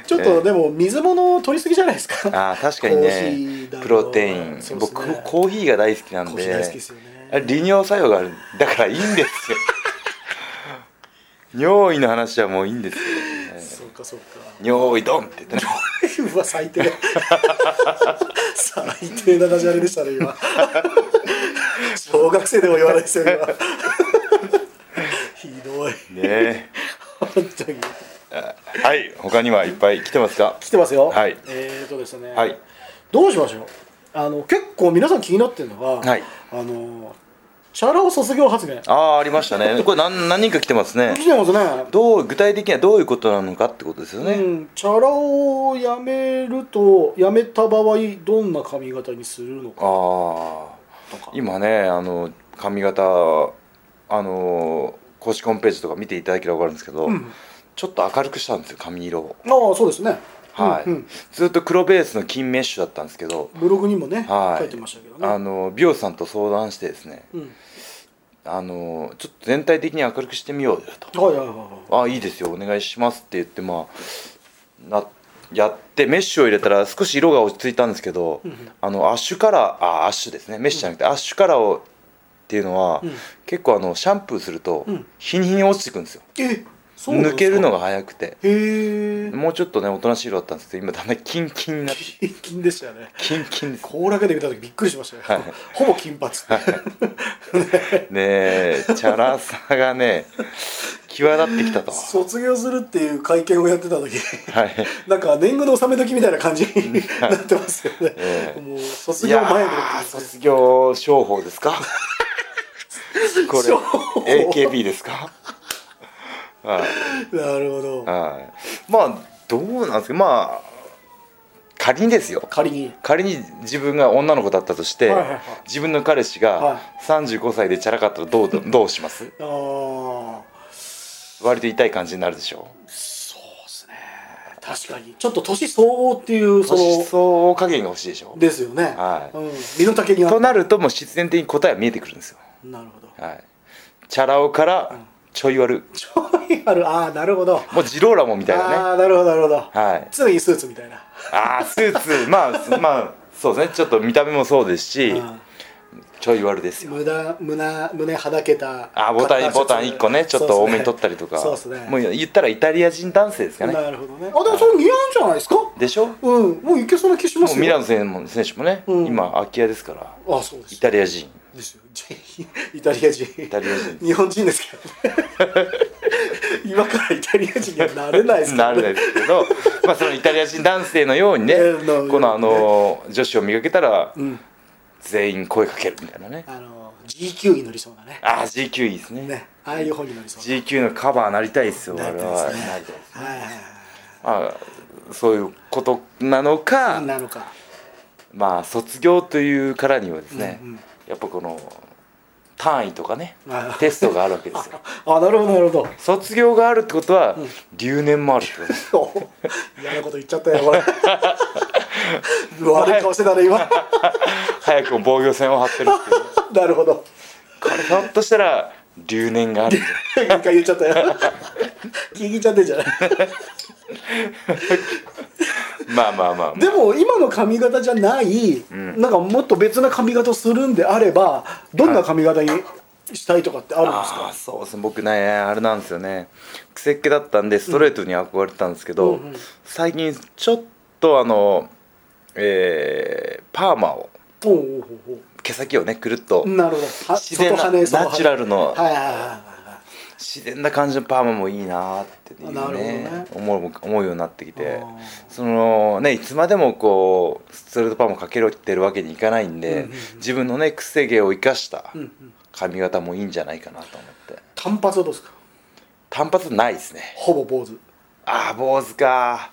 Speaker 2: ちょっとでも水物を取りすぎじゃないですか
Speaker 1: あー確かに
Speaker 2: コーヒー
Speaker 1: ね
Speaker 2: だと
Speaker 1: プロテイン、
Speaker 2: そうですね
Speaker 1: 僕コーヒーが大好きなん
Speaker 2: コーヒー大好き
Speaker 1: で
Speaker 2: ですよね
Speaker 1: あれ利尿作用があるだからいいん ですよ尿意の話はもういいんですよ
Speaker 2: そうかそうか
Speaker 1: 尿意ドンって言ってね
Speaker 2: うわ最低 最低なダジャレでしたね今 小学生でも言わないですよ今 ひどい
Speaker 1: ね
Speaker 2: 本当に
Speaker 1: はい他にはいっぱい来てますか
Speaker 2: 来てますよ
Speaker 1: はい
Speaker 2: えーとですね
Speaker 1: はい
Speaker 2: どうしましょうあの結構皆さん気になってるのが、
Speaker 1: はい
Speaker 2: あのチャラ男卒業発言
Speaker 1: ああありましたねこれ何何人か来てますね
Speaker 2: 来てますね
Speaker 1: どう具体的にはどういうことなのかってことですよね、
Speaker 2: うん、チャラ男をやめるとやめた場合どんな髪型にするのか
Speaker 1: あ
Speaker 2: とか
Speaker 1: あ今ねあの髪型あの公式ホームページとか見ていただければ分かるんですけど、
Speaker 2: うん
Speaker 1: ちょっと明るくしたんですよ髪色を
Speaker 2: ああそうですね
Speaker 1: はい、
Speaker 2: うんうん
Speaker 1: ずっと黒ベースの金メッシュだったんですけど、
Speaker 2: ブログにもね、
Speaker 1: はい
Speaker 2: 書いてましたけど
Speaker 1: あ
Speaker 2: ね
Speaker 1: の美容師さんと相談してですね
Speaker 2: うん
Speaker 1: あのちょっと全体的に明るくしてみようよと
Speaker 2: はいはいはいは
Speaker 1: あいいですよお願いしますって言ってまあなやってメッシュを入れたら少し色が落ち着いたんですけど、
Speaker 2: うんうん
Speaker 1: あのアッシュカラーあアッシュですねメッシュじゃなくて、アッシュカラーをっていうのは、
Speaker 2: うん
Speaker 1: 結構あのシャンプーすると、
Speaker 2: うん
Speaker 1: 日に日に落ちてくんですよ
Speaker 2: いえそうなんで
Speaker 1: 抜
Speaker 2: すか
Speaker 1: けるのが早くて
Speaker 2: へえ
Speaker 1: もうちょっとねおとなしい色だったんですけど今だんだんキンキンになって
Speaker 2: 金金でしたよね
Speaker 1: キンキンです
Speaker 2: 甲羅がで見た時びっくりしましたよ、
Speaker 1: はい
Speaker 2: ほぼ金髪、
Speaker 1: ねえチャラさがね際立ってきたと
Speaker 2: 卒業するっていう会見をやってた時
Speaker 1: はい
Speaker 2: なんか年貢の納め時みたいな感じになってますよね、
Speaker 1: ええ
Speaker 2: もう卒業前の
Speaker 1: いやー卒業商法ですかこ
Speaker 2: 商法
Speaker 1: れ AKB ですかはい
Speaker 2: なるほど
Speaker 1: はいまあどうなんですかまあ仮にですよ
Speaker 2: 仮に
Speaker 1: 仮に自分が女の子だったとして、
Speaker 2: はいはいはい
Speaker 1: 自分の彼氏
Speaker 2: は
Speaker 1: が
Speaker 2: い
Speaker 1: 35歳でチャラかったらどうどうします
Speaker 2: ああ
Speaker 1: 割と痛い感じになるでしょう
Speaker 2: そうですね確かにちょっと年相応っていうそ
Speaker 1: 年
Speaker 2: の
Speaker 1: 相応加減が欲しいでしょ
Speaker 2: ですよね、
Speaker 1: はい
Speaker 2: うん、身の丈に
Speaker 1: う
Speaker 2: 合
Speaker 1: と
Speaker 2: っ
Speaker 1: なるともう必然的に答えは見えてくるんですよ、
Speaker 2: たなるほど
Speaker 1: はい、チャラ男からちょい悪
Speaker 2: ちょいあるああなるほど
Speaker 1: もうジローラモみたいなね
Speaker 2: ああなるほどなるほど、
Speaker 1: はい
Speaker 2: 常にスーツみたいな
Speaker 1: ああスーツまあすまあそうですねちょっと見た目もそうですし、
Speaker 2: うん
Speaker 1: ちょい悪ですよ
Speaker 2: 無駄胸胸はだけた
Speaker 1: あーボタンボタン1個ねちょっと多めに取ったりとか
Speaker 2: そうですね
Speaker 1: もう言ったらイタリア人男性ですかね
Speaker 2: なるほどねあでもそれ似合うんじゃないですか
Speaker 1: でしょも
Speaker 2: うんもういけそうな気しま
Speaker 1: う
Speaker 2: すよ
Speaker 1: ミラノ選手も選手もね、
Speaker 2: うん
Speaker 1: 今空き家ですから
Speaker 2: あそうで
Speaker 1: イ
Speaker 2: す
Speaker 1: タリア人
Speaker 2: ですよじイタリア人イ
Speaker 1: タリア人
Speaker 2: 日本人ですけどね今からイタリア人にはなれないです
Speaker 1: なる
Speaker 2: い
Speaker 1: んですけど、まあ、そのイタリア人男性のようにね、
Speaker 2: えーなるほどね
Speaker 1: このあの女子を見かけたら
Speaker 2: うん
Speaker 1: 全員声かけるみたいなね
Speaker 2: あの GQ に乗りそうなね
Speaker 1: ああ GQ いいですね
Speaker 2: ねああいう本に乗りそうな
Speaker 1: GQ のカバーなりたいですよ
Speaker 2: な
Speaker 1: 我
Speaker 2: り
Speaker 1: 々
Speaker 2: たい
Speaker 1: は
Speaker 2: ですね
Speaker 1: なりたいです
Speaker 2: はいはい
Speaker 1: まあそういうことなのか、
Speaker 2: はいなのか
Speaker 1: まあ卒業というからにはですね、
Speaker 2: うんうん
Speaker 1: やっぱこの単位とかね
Speaker 2: あ
Speaker 1: テストがあるわけですよ
Speaker 2: あなるほどなるほど
Speaker 1: 卒業があるってことは、留年もあるってことです
Speaker 2: お嫌なこと言っちゃったよ 俺悪い顔してたね今
Speaker 1: 早くも防御線を張ってるっていう
Speaker 2: なるほど
Speaker 1: これひょっとしたら留年があるんじゃない
Speaker 2: 一回言っちゃったよ 聞いちゃってんじゃない
Speaker 1: まあまあまあ、ま
Speaker 2: でも今の髪型じゃない、なんかもっと別な髪型するんであればどんな髪型にしたいとかってあるんです
Speaker 1: あ、あ
Speaker 2: か
Speaker 1: ーそうですね僕ねあれなんですよね癖っ気だったんでストレートに憧れてたんですけど、
Speaker 2: うんうんうん
Speaker 1: 最近ちょっとあのえーパーマを
Speaker 2: おうおうおう
Speaker 1: 毛先をねくるっと
Speaker 2: おうなるほどは
Speaker 1: 自然な
Speaker 2: 外羽外羽
Speaker 1: ナチュラルの
Speaker 2: はいはいはいは
Speaker 1: 自然な感じのパーマもいいなーっていう
Speaker 2: なるほど
Speaker 1: ね
Speaker 2: ね
Speaker 1: 思う思うようになってきて
Speaker 2: あー
Speaker 1: そのねいつまでもこうストレートパーマかけろってるわけにいかないんで、
Speaker 2: うんうんうん
Speaker 1: 自分のね癖毛を生かした
Speaker 2: い、うんうん、
Speaker 1: 髪型もいいんじゃないかなと思って
Speaker 2: 単発はどうですか
Speaker 1: 単発ないですね
Speaker 2: ほぼ坊主
Speaker 1: ああ坊主か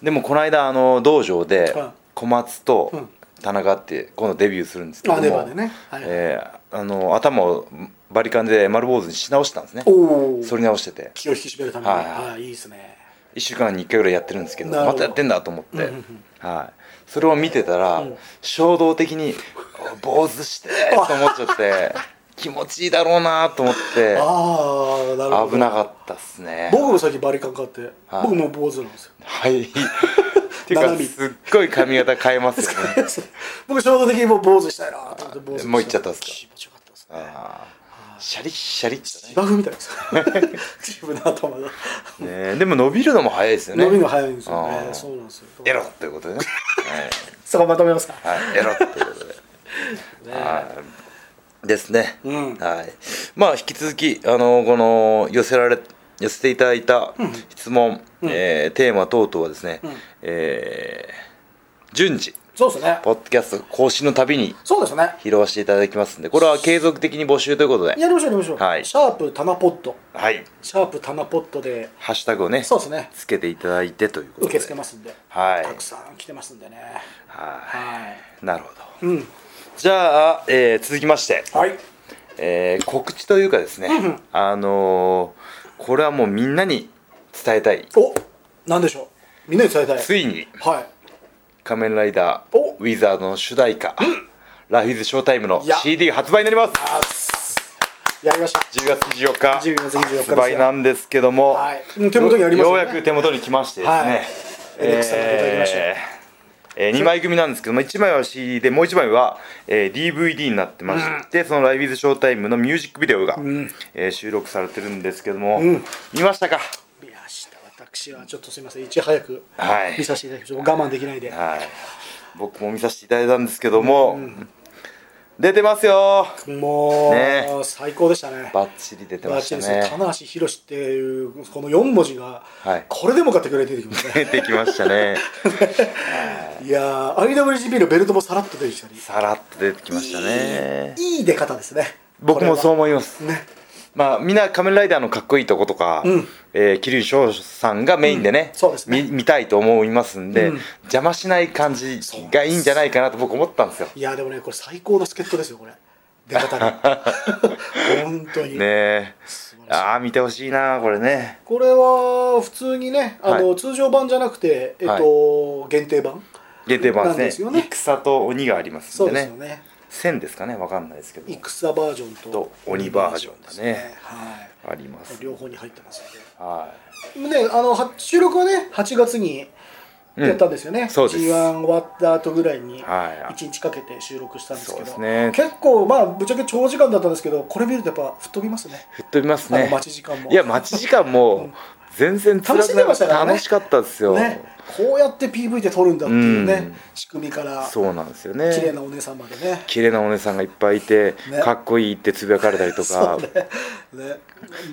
Speaker 1: でもこの間あの道場で
Speaker 2: うん
Speaker 1: 小松
Speaker 2: う
Speaker 1: と
Speaker 2: ん
Speaker 1: 田中って今度デビューするんですけど
Speaker 2: あ
Speaker 1: も、
Speaker 2: ネバーでね、はいはい
Speaker 1: えーあの頭をバリカンで丸坊主にし直したんですね
Speaker 2: おお
Speaker 1: 剃り直してて
Speaker 2: 気を引き締めるために、
Speaker 1: は
Speaker 2: はいい
Speaker 1: はい
Speaker 2: い、いですね
Speaker 1: 1週間に1回ぐらいやってるんですけど
Speaker 2: なるほ
Speaker 1: ま
Speaker 2: ど
Speaker 1: たやってんだと思って、
Speaker 2: うんうんうん
Speaker 1: はい、それを見てたら、
Speaker 2: ん
Speaker 1: 衝動的に「坊主して!」と思っちゃって 気持ちいいだろうなと思って
Speaker 2: ああなるほど
Speaker 1: 危なかったっすね
Speaker 2: 僕も最近バリカン買って、
Speaker 1: はい
Speaker 2: 僕も坊主なんですよ
Speaker 1: はいっていうか
Speaker 2: 斜め
Speaker 1: すっごい髪型変えますよ ね
Speaker 2: 僕衝動的にもう坊主したいなと思って坊主にし
Speaker 1: もう行っちゃったんすか
Speaker 2: 気持ちよかったですね
Speaker 1: あーシャリッシャリッ
Speaker 2: 芝生みた いです自分の頭が
Speaker 1: とねねでも伸びるのも早いですよね
Speaker 2: 伸びるの早いんですよ
Speaker 1: あー
Speaker 2: ねそうなんですよ
Speaker 1: エロってことでね
Speaker 2: そこまとめますか
Speaker 1: はい、はい、エロってことではいですね、
Speaker 2: うん
Speaker 1: はいまあ引き続きあのこの寄せられ寄せていただいた質問、えーテーマ等々はですね、えー順次
Speaker 2: そうですね
Speaker 1: ポッドキャスト更新のたびに
Speaker 2: そうですね
Speaker 1: 披露していただきますんでこれは継続的に募集ということで
Speaker 2: やりましょうやりましょう、
Speaker 1: はい
Speaker 2: シャープタナポット
Speaker 1: はい
Speaker 2: シャープタナポットで
Speaker 1: ハッシュタグをね
Speaker 2: そうですね
Speaker 1: つけていただいてということで
Speaker 2: 受け付けますんで、
Speaker 1: はい
Speaker 2: たくさん来てますんでね
Speaker 1: は
Speaker 2: はい
Speaker 1: いなるほど、
Speaker 2: うん
Speaker 1: じゃあ、えー続きまして、
Speaker 2: はい
Speaker 1: えー告知というかですね、あのーこれはもうみんなに伝えたい
Speaker 2: おなんでしょうみんなに伝えたい
Speaker 1: ついに
Speaker 2: はい
Speaker 1: 「仮面ライダー
Speaker 2: お
Speaker 1: ウィザード」の主題歌「ラフィーズショータイム」の
Speaker 2: いや
Speaker 1: CD 発売になります
Speaker 2: やりました
Speaker 1: 10月24日
Speaker 2: 10月24日です
Speaker 1: 発売なんですけども、
Speaker 2: はいうん手元にあります
Speaker 1: よ
Speaker 2: よね
Speaker 1: うやく手元に来ましてですね、
Speaker 2: はいエレクサが届きましたよ
Speaker 1: え2枚組なんですけども1枚は CD でもう1枚は、えー DVD になってまして、その「ライブイズショータイムのミュージックビデオが、えー収録されてるんですけども、見ましたか
Speaker 2: 見ました私はちょっとすみませんいち早く
Speaker 1: はい
Speaker 2: 見させていただきました、我慢できないで
Speaker 1: はい僕も見させていただいたんですけども、出てますよ
Speaker 2: もう、
Speaker 1: ね
Speaker 2: 最高でしたね
Speaker 1: バッチリ出てました
Speaker 2: バッチリです
Speaker 1: ね
Speaker 2: 棚橋宏っていうこの4文字が、
Speaker 1: はい
Speaker 2: これでもかってくれて出てきました
Speaker 1: 出
Speaker 2: ね
Speaker 1: てきましたね
Speaker 2: いやー IWGP のベルトもさらっと出てきたり
Speaker 1: さらっと出てきましたね
Speaker 2: いい出方ですね
Speaker 1: 僕もそう
Speaker 2: う
Speaker 1: 思います
Speaker 2: ね
Speaker 1: まあ、みんな仮面ライダーのかっこいいとことか、
Speaker 2: うん
Speaker 1: えー桐生翔さんがメインでね,、
Speaker 2: うんそうですね
Speaker 1: み見たいと思いますんで、
Speaker 2: うん
Speaker 1: 邪魔しない感じがいいんじゃないかなと僕思ったんですよ。
Speaker 2: いやでもねこれ最高の助っ人ですよこれ出 方が本当に、
Speaker 1: ねえ
Speaker 2: 素晴らしい
Speaker 1: ああ見てほしいなこれね
Speaker 2: これは普通にねあの、
Speaker 1: は
Speaker 2: 通常版じゃなくて、えっと限定版
Speaker 1: 限定版
Speaker 2: なん
Speaker 1: で
Speaker 2: です
Speaker 1: す
Speaker 2: よ
Speaker 1: ね
Speaker 2: ね
Speaker 1: 戦と鬼があります
Speaker 2: そ
Speaker 1: ん
Speaker 2: う
Speaker 1: で
Speaker 2: ですよ
Speaker 1: ね
Speaker 2: ね
Speaker 1: 千ですかねわかんないですけど
Speaker 2: 戦バージョンと
Speaker 1: と鬼バージョンだね
Speaker 2: は
Speaker 1: あります
Speaker 2: い、両方に入ってます
Speaker 1: は
Speaker 2: のでねあのは収録はね8月に
Speaker 1: うん
Speaker 2: やったんですよね、
Speaker 1: そうです
Speaker 2: G1 終わった後ぐらいに
Speaker 1: はい
Speaker 2: 1日かけて収録したんですけど、
Speaker 1: そうですね
Speaker 2: 結構まあぶっちゃけ長時間だったんですけどこれ見るとやっぱ吹っ飛びますね
Speaker 1: い吹っ飛びます
Speaker 2: あの
Speaker 1: ね
Speaker 2: 待ち時間も
Speaker 1: いや待ち時間 も全然辛くな
Speaker 2: 楽しんでましたからね
Speaker 1: 楽しかったですよ、
Speaker 2: ね、こうやって PV で撮るんだっていうね、
Speaker 1: うん
Speaker 2: 仕組みから綺
Speaker 1: そうなんですよね
Speaker 2: 麗なお姉さんまで ね
Speaker 1: 綺麗なお姉さんがいっぱいいて、
Speaker 2: ね
Speaker 1: かっこいいってつぶやかれたりとか
Speaker 2: ね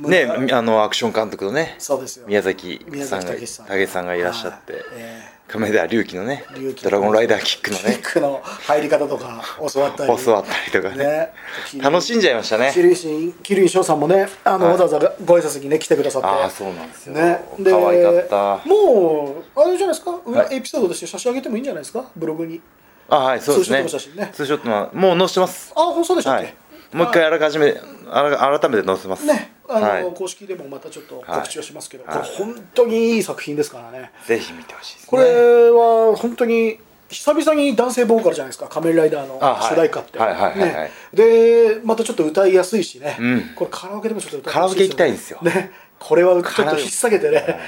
Speaker 1: ね
Speaker 2: 胸が
Speaker 1: あのアクション監督のね
Speaker 2: そうですよ
Speaker 1: 宮崎
Speaker 2: 宮
Speaker 1: さん
Speaker 2: 崎
Speaker 1: が
Speaker 2: 武さん
Speaker 1: 武さんがいらっしゃって、
Speaker 2: はいええ
Speaker 1: カメ亀田隆輝のね
Speaker 2: 隆輝
Speaker 1: ドラゴンライダーキックの
Speaker 2: キ
Speaker 1: ね
Speaker 2: ックの入り方とか教わった り
Speaker 1: 教わったりとかね楽しんじゃいましたね
Speaker 2: 桐生慎桐生翔さんもねあの、
Speaker 1: はい
Speaker 2: わざわざご挨拶にね来てくださって
Speaker 1: ああそうなんですよ、
Speaker 2: ねで
Speaker 1: 可愛かった
Speaker 2: もうあれじゃないですか裏、
Speaker 1: はい
Speaker 2: エピソードとして差し上げてもいいんじゃないですかブログに
Speaker 1: あはいそうですね
Speaker 2: ツーショットの写真ね
Speaker 1: ツーショットのもう載せてます
Speaker 2: あ放送でしたっ
Speaker 1: は
Speaker 2: け、
Speaker 1: いもう一回あらかじめあら改めて載せます
Speaker 2: ねあの、
Speaker 1: はい、
Speaker 2: 公式でもまたちょっと告知をしますけど、
Speaker 1: はい
Speaker 2: これ本当にいい作品ですからね
Speaker 1: ぜひ見てほしいですね
Speaker 2: これは本当に久々に男性ボーカルじゃないですか「仮面ライダー」の
Speaker 1: あはい
Speaker 2: 主題歌って、
Speaker 1: はいはいはいはい
Speaker 2: ね、でまたちょっと歌いやすいしね、
Speaker 1: うん
Speaker 2: これカラオケでもちょっと歌っ
Speaker 1: カラオケ行きたいんですよ
Speaker 2: ねこれはちょっと引っ提げて
Speaker 1: はい
Speaker 2: ね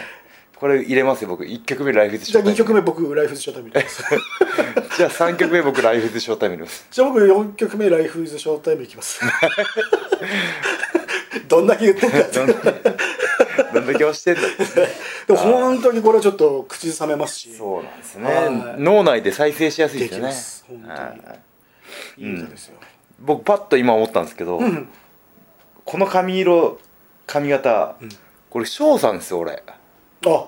Speaker 1: これ入れますよ僕1曲目ライフズシ
Speaker 2: じ
Speaker 1: ョ
Speaker 2: ゃ
Speaker 1: ータイ
Speaker 2: あ2
Speaker 1: ム
Speaker 2: 曲目僕「ライフズショータイム」 です
Speaker 1: じゃあ3曲目僕ライフズショータイム入れ ます
Speaker 2: じゃあ僕4曲目「ライフズショータイム」いきます どんだけ言ってんだって
Speaker 1: どんだけどんだけ押してんだ
Speaker 2: でも本当にこれはちょっと口ずさめますし
Speaker 1: そうなんですね
Speaker 2: はい
Speaker 1: 脳内で再生しやすいですよね
Speaker 2: できます本当に
Speaker 1: はい
Speaker 2: いい歌ですよ、
Speaker 1: 僕パッと今思ったんですけど、
Speaker 2: うん
Speaker 1: この髪色髪型、これ翔さんですよ俺
Speaker 2: あ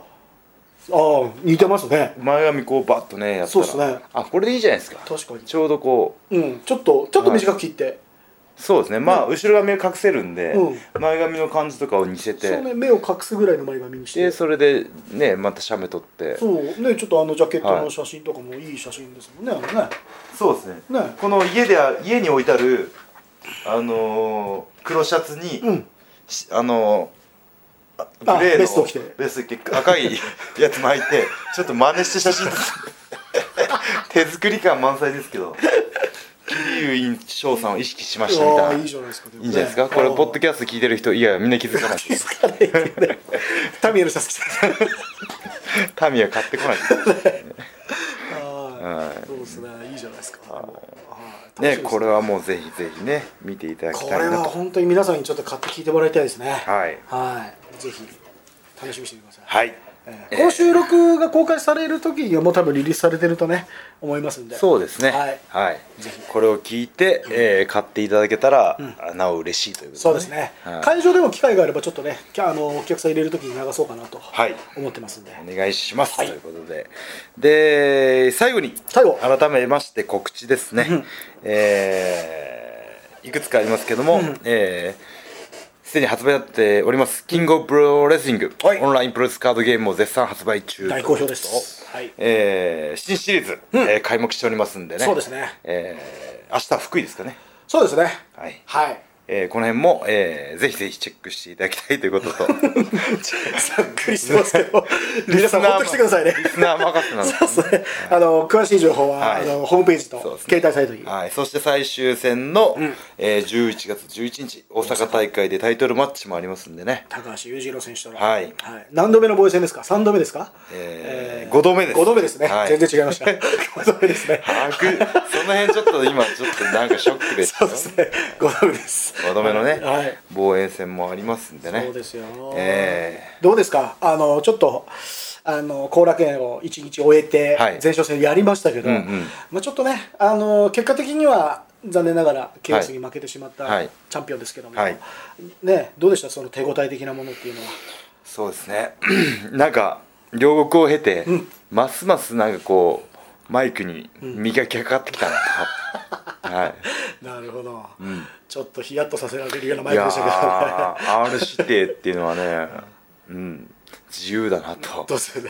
Speaker 2: あ似てますね
Speaker 1: 前髪こうバッとねやったら
Speaker 2: そうっすね
Speaker 1: あこれでいいじゃないですか
Speaker 2: 確かに
Speaker 1: ちょうどこう
Speaker 2: うん、ちょっとちょっと短く切って、
Speaker 1: そうですねまあ、後ろ髪を隠せるんで、
Speaker 2: う
Speaker 1: 前髪の感じとかを似せて
Speaker 2: そうね目を隠すぐらいの前髪にして
Speaker 1: でそれでねまた写メ撮って
Speaker 2: そうねちょっとあのジャケットの写真とかもいい写真ですもんね、あのね
Speaker 1: そうですね
Speaker 2: ね
Speaker 1: この家では家に置いてあるあのー黒シャツに、
Speaker 2: うん
Speaker 1: しあのーあ
Speaker 2: あ
Speaker 1: グレーの
Speaker 2: ベスト着て
Speaker 1: ベスト着て 赤いやつ巻いてちょっと真似して写真撮って手作り感満載ですけど桐生院長さんを意識しましたみ
Speaker 2: あ
Speaker 1: た
Speaker 2: あ
Speaker 1: いない
Speaker 2: い
Speaker 1: い
Speaker 2: じゃないですかい
Speaker 1: いんじゃないですかこれポッドキャスト聞いてる人以外はみんな気づかない
Speaker 2: ャストねタミヤのシャツ着てる
Speaker 1: タミヤ買ってこない
Speaker 2: はいそうですねいいじゃないですかはい
Speaker 1: ねこれ
Speaker 2: は
Speaker 1: はもうぜひぜひね見ていただき
Speaker 2: こ
Speaker 1: た
Speaker 2: れ
Speaker 1: いな
Speaker 2: は
Speaker 1: と
Speaker 2: 本当に皆さんにちょっと買って聞いてもらいたいですね
Speaker 1: はい
Speaker 2: はいぜひ楽しみにしてください、
Speaker 1: はい
Speaker 2: えーこの収録が公開される時にはもう多分リリースされてるとね思いますんで
Speaker 1: そうですね。
Speaker 2: はい、
Speaker 1: これを聞いて、えー買っていただけたら、なお嬉しいということ
Speaker 2: そうですね、
Speaker 1: はい。
Speaker 2: 会場でも機会があればちょっとねきゃあのお客さん入れるときに流そうかなと
Speaker 1: はい
Speaker 2: 思ってますんで、
Speaker 1: お願いします、
Speaker 2: はい
Speaker 1: ということで。で、最後に、
Speaker 2: 最後
Speaker 1: 改めまして告知ですね。えーいくつかありますけども、えーすでに発売になっております、キングオブプロレスリング、
Speaker 2: はい
Speaker 1: オンラインプロレスカードゲームも絶賛発売中
Speaker 2: 大好評です、はい、
Speaker 1: えー新シリーズ、えー開幕しておりますんでね、
Speaker 2: そうですね
Speaker 1: えー明日は福井ですかね、
Speaker 2: そうですね
Speaker 1: はい
Speaker 2: はい
Speaker 1: えーこの辺も、えーぜひぜひチェックしていただきたいということと
Speaker 2: ざっくりしてますけ ど皆 さんほっとしてくださいね
Speaker 1: リスナー任せなんです
Speaker 2: そうですねあの詳しい情報は、
Speaker 1: はい
Speaker 2: あのホームページと
Speaker 1: そうですね
Speaker 2: 携帯サイトに、
Speaker 1: はい、そして最終戦の、えー11月11日大阪大会でタイトルマッチもありますんでね、
Speaker 2: 高橋裕次郎選手との、
Speaker 1: はい
Speaker 2: 何度目の防衛戦ですか3度目ですか、
Speaker 1: えー5度目です
Speaker 2: 5度目ですね、
Speaker 1: はい
Speaker 2: 全然違いま した5度目ですね
Speaker 1: 把握その辺ちょっと今ちょっとなんかショックです
Speaker 2: そう
Speaker 1: よ
Speaker 2: ですね5度目です
Speaker 1: 5度目のね、
Speaker 2: はい
Speaker 1: 防衛戦もありますんでね
Speaker 2: そうですよ、
Speaker 1: え
Speaker 2: どうですかあのちょっとあの後楽園を1日終えて
Speaker 1: はい
Speaker 2: 前哨戦やりましたけど、
Speaker 1: うんうん
Speaker 2: まあ、ちょっとねあの結果的には残念ながらケイオスに負けてしまった、
Speaker 1: はい
Speaker 2: チャンピオンですけども、
Speaker 1: はい
Speaker 2: ね、どうでしたその手応え的なものっていうのは
Speaker 1: そうですね なんか両国を経て、ますますなんかこ うマイクに磨きがかかってきたなと、はい
Speaker 2: なるほど、ちょっとヒヤッとさせられるようないマイク
Speaker 1: や
Speaker 2: でしたけど ね。
Speaker 1: ー R 指定っていうのはね、うん、自由だなと
Speaker 2: どうせね、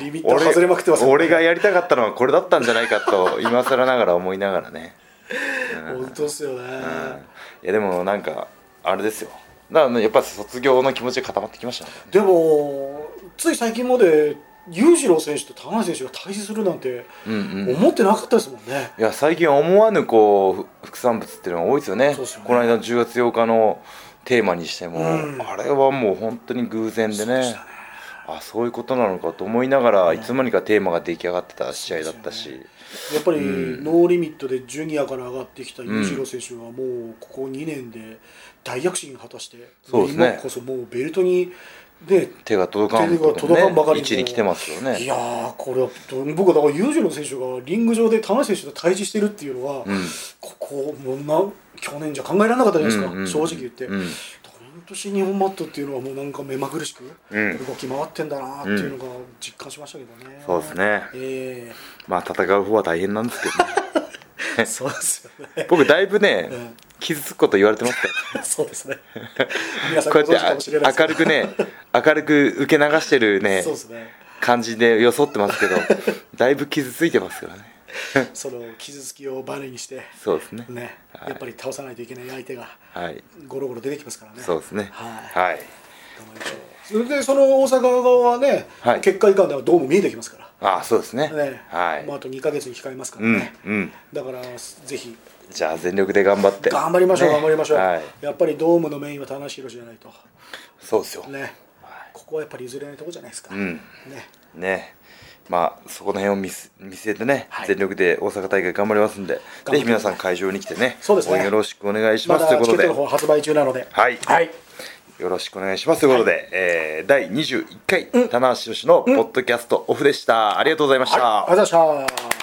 Speaker 2: リミット外れまくってますよね
Speaker 1: 俺がやりたかったのはこれだったんじゃないかと今更ながら思いながらね、
Speaker 2: 本当ですよね。
Speaker 1: うん、いやでもなんかあれですよだからねやっぱ卒業の気持ちが固まってきましたね
Speaker 2: でも、つい最近まで裕次郎選手と高橋選手が対峙するなんて
Speaker 1: うんうん
Speaker 2: 思ってなかったですもんね。
Speaker 1: いや最近思わぬこうふ副産物っていうのが多いですよね
Speaker 2: そうですよね
Speaker 1: この間の10月8日のテーマにしても、
Speaker 2: うん
Speaker 1: あれはもう本当に偶然で
Speaker 2: そう
Speaker 1: ね
Speaker 2: でしたね
Speaker 1: あそういうことなのかと思いながら、いつまにかテーマが出来上がってた試合だったし、
Speaker 2: やっぱり
Speaker 1: うん
Speaker 2: ノーリミットでジュニアから上がってきた裕次郎選手はもうここ2年で大躍進を果たして、
Speaker 1: そうですね
Speaker 2: 今こそもうベルトに、ね、
Speaker 1: 手が届かん
Speaker 2: 手が届かんばかり
Speaker 1: 位置に来てますよ
Speaker 2: い
Speaker 1: ね
Speaker 2: やーこれは僕はだから裕次郎選手がリング上で田中選手と対峙してるっていうのは、
Speaker 1: うん
Speaker 2: ここもうな去年じゃ考えられなかったじゃないですか、
Speaker 1: うんうんうん
Speaker 2: 正直言って。
Speaker 1: うん
Speaker 2: 今年日本マットっていうのはもうなんか目まぐるしく
Speaker 1: うん
Speaker 2: 動き回ってんだなっていうのが実感しましたけどね。
Speaker 1: そうですね
Speaker 2: え
Speaker 1: まあ戦う方は大変なんですけど、ね、
Speaker 2: えそうですよね。
Speaker 1: 僕だいぶね、
Speaker 2: うん
Speaker 1: 傷つくこと言われてますから
Speaker 2: そうで すね。皆さん
Speaker 1: こ
Speaker 2: ご
Speaker 1: う
Speaker 2: 存知か
Speaker 1: や
Speaker 2: も
Speaker 1: っ
Speaker 2: しれない
Speaker 1: て明るくね明るく受け流してるね
Speaker 2: そうですね。
Speaker 1: 感じで装ってますけ どだいぶ傷ついてますからね
Speaker 2: その傷つきをバネにして、
Speaker 1: そうですね
Speaker 2: ね、
Speaker 1: はい
Speaker 2: やっぱり倒さないといけない相手が
Speaker 1: はい
Speaker 2: ゴロゴロ出てきますからね。
Speaker 1: そうですね
Speaker 2: はい。
Speaker 1: はい
Speaker 2: 頑張りましょうそれでその大阪側はね、
Speaker 1: はい
Speaker 2: 結果以下ではどうも見えてきますか
Speaker 1: ああそうですね
Speaker 2: ら。ね。
Speaker 1: はい
Speaker 2: もうあと2ヶ月に控えますから
Speaker 1: うん
Speaker 2: ね。
Speaker 1: うん
Speaker 2: だからぜひ
Speaker 1: じゃあ全力で頑張って
Speaker 2: 頑張りましょう、
Speaker 1: ね
Speaker 2: 頑張りましょう、
Speaker 1: はい
Speaker 2: やっぱりドームのメインは田中宏じゃないと
Speaker 1: そうですよ
Speaker 2: ねここはやっぱり譲れないとこじゃないですか、
Speaker 1: うん
Speaker 2: ね
Speaker 1: ねまあそこの辺を見す見据えてね、
Speaker 2: はい
Speaker 1: 全力で大阪大会頑張りますんで
Speaker 2: 張っ
Speaker 1: ぜ
Speaker 2: て
Speaker 1: ひ皆さん会場に来てね
Speaker 2: そうですね
Speaker 1: 応援よろしくお願いし
Speaker 2: ま
Speaker 1: ますという
Speaker 2: だ
Speaker 1: こ
Speaker 2: チ
Speaker 1: と
Speaker 2: ケット
Speaker 1: で
Speaker 2: の方発売中なのでは
Speaker 1: はいよろしくお願いしますということで、えー第21回、棚橋宏のポッドキャストオフでした、ありがとうございました、
Speaker 2: ありがとうございました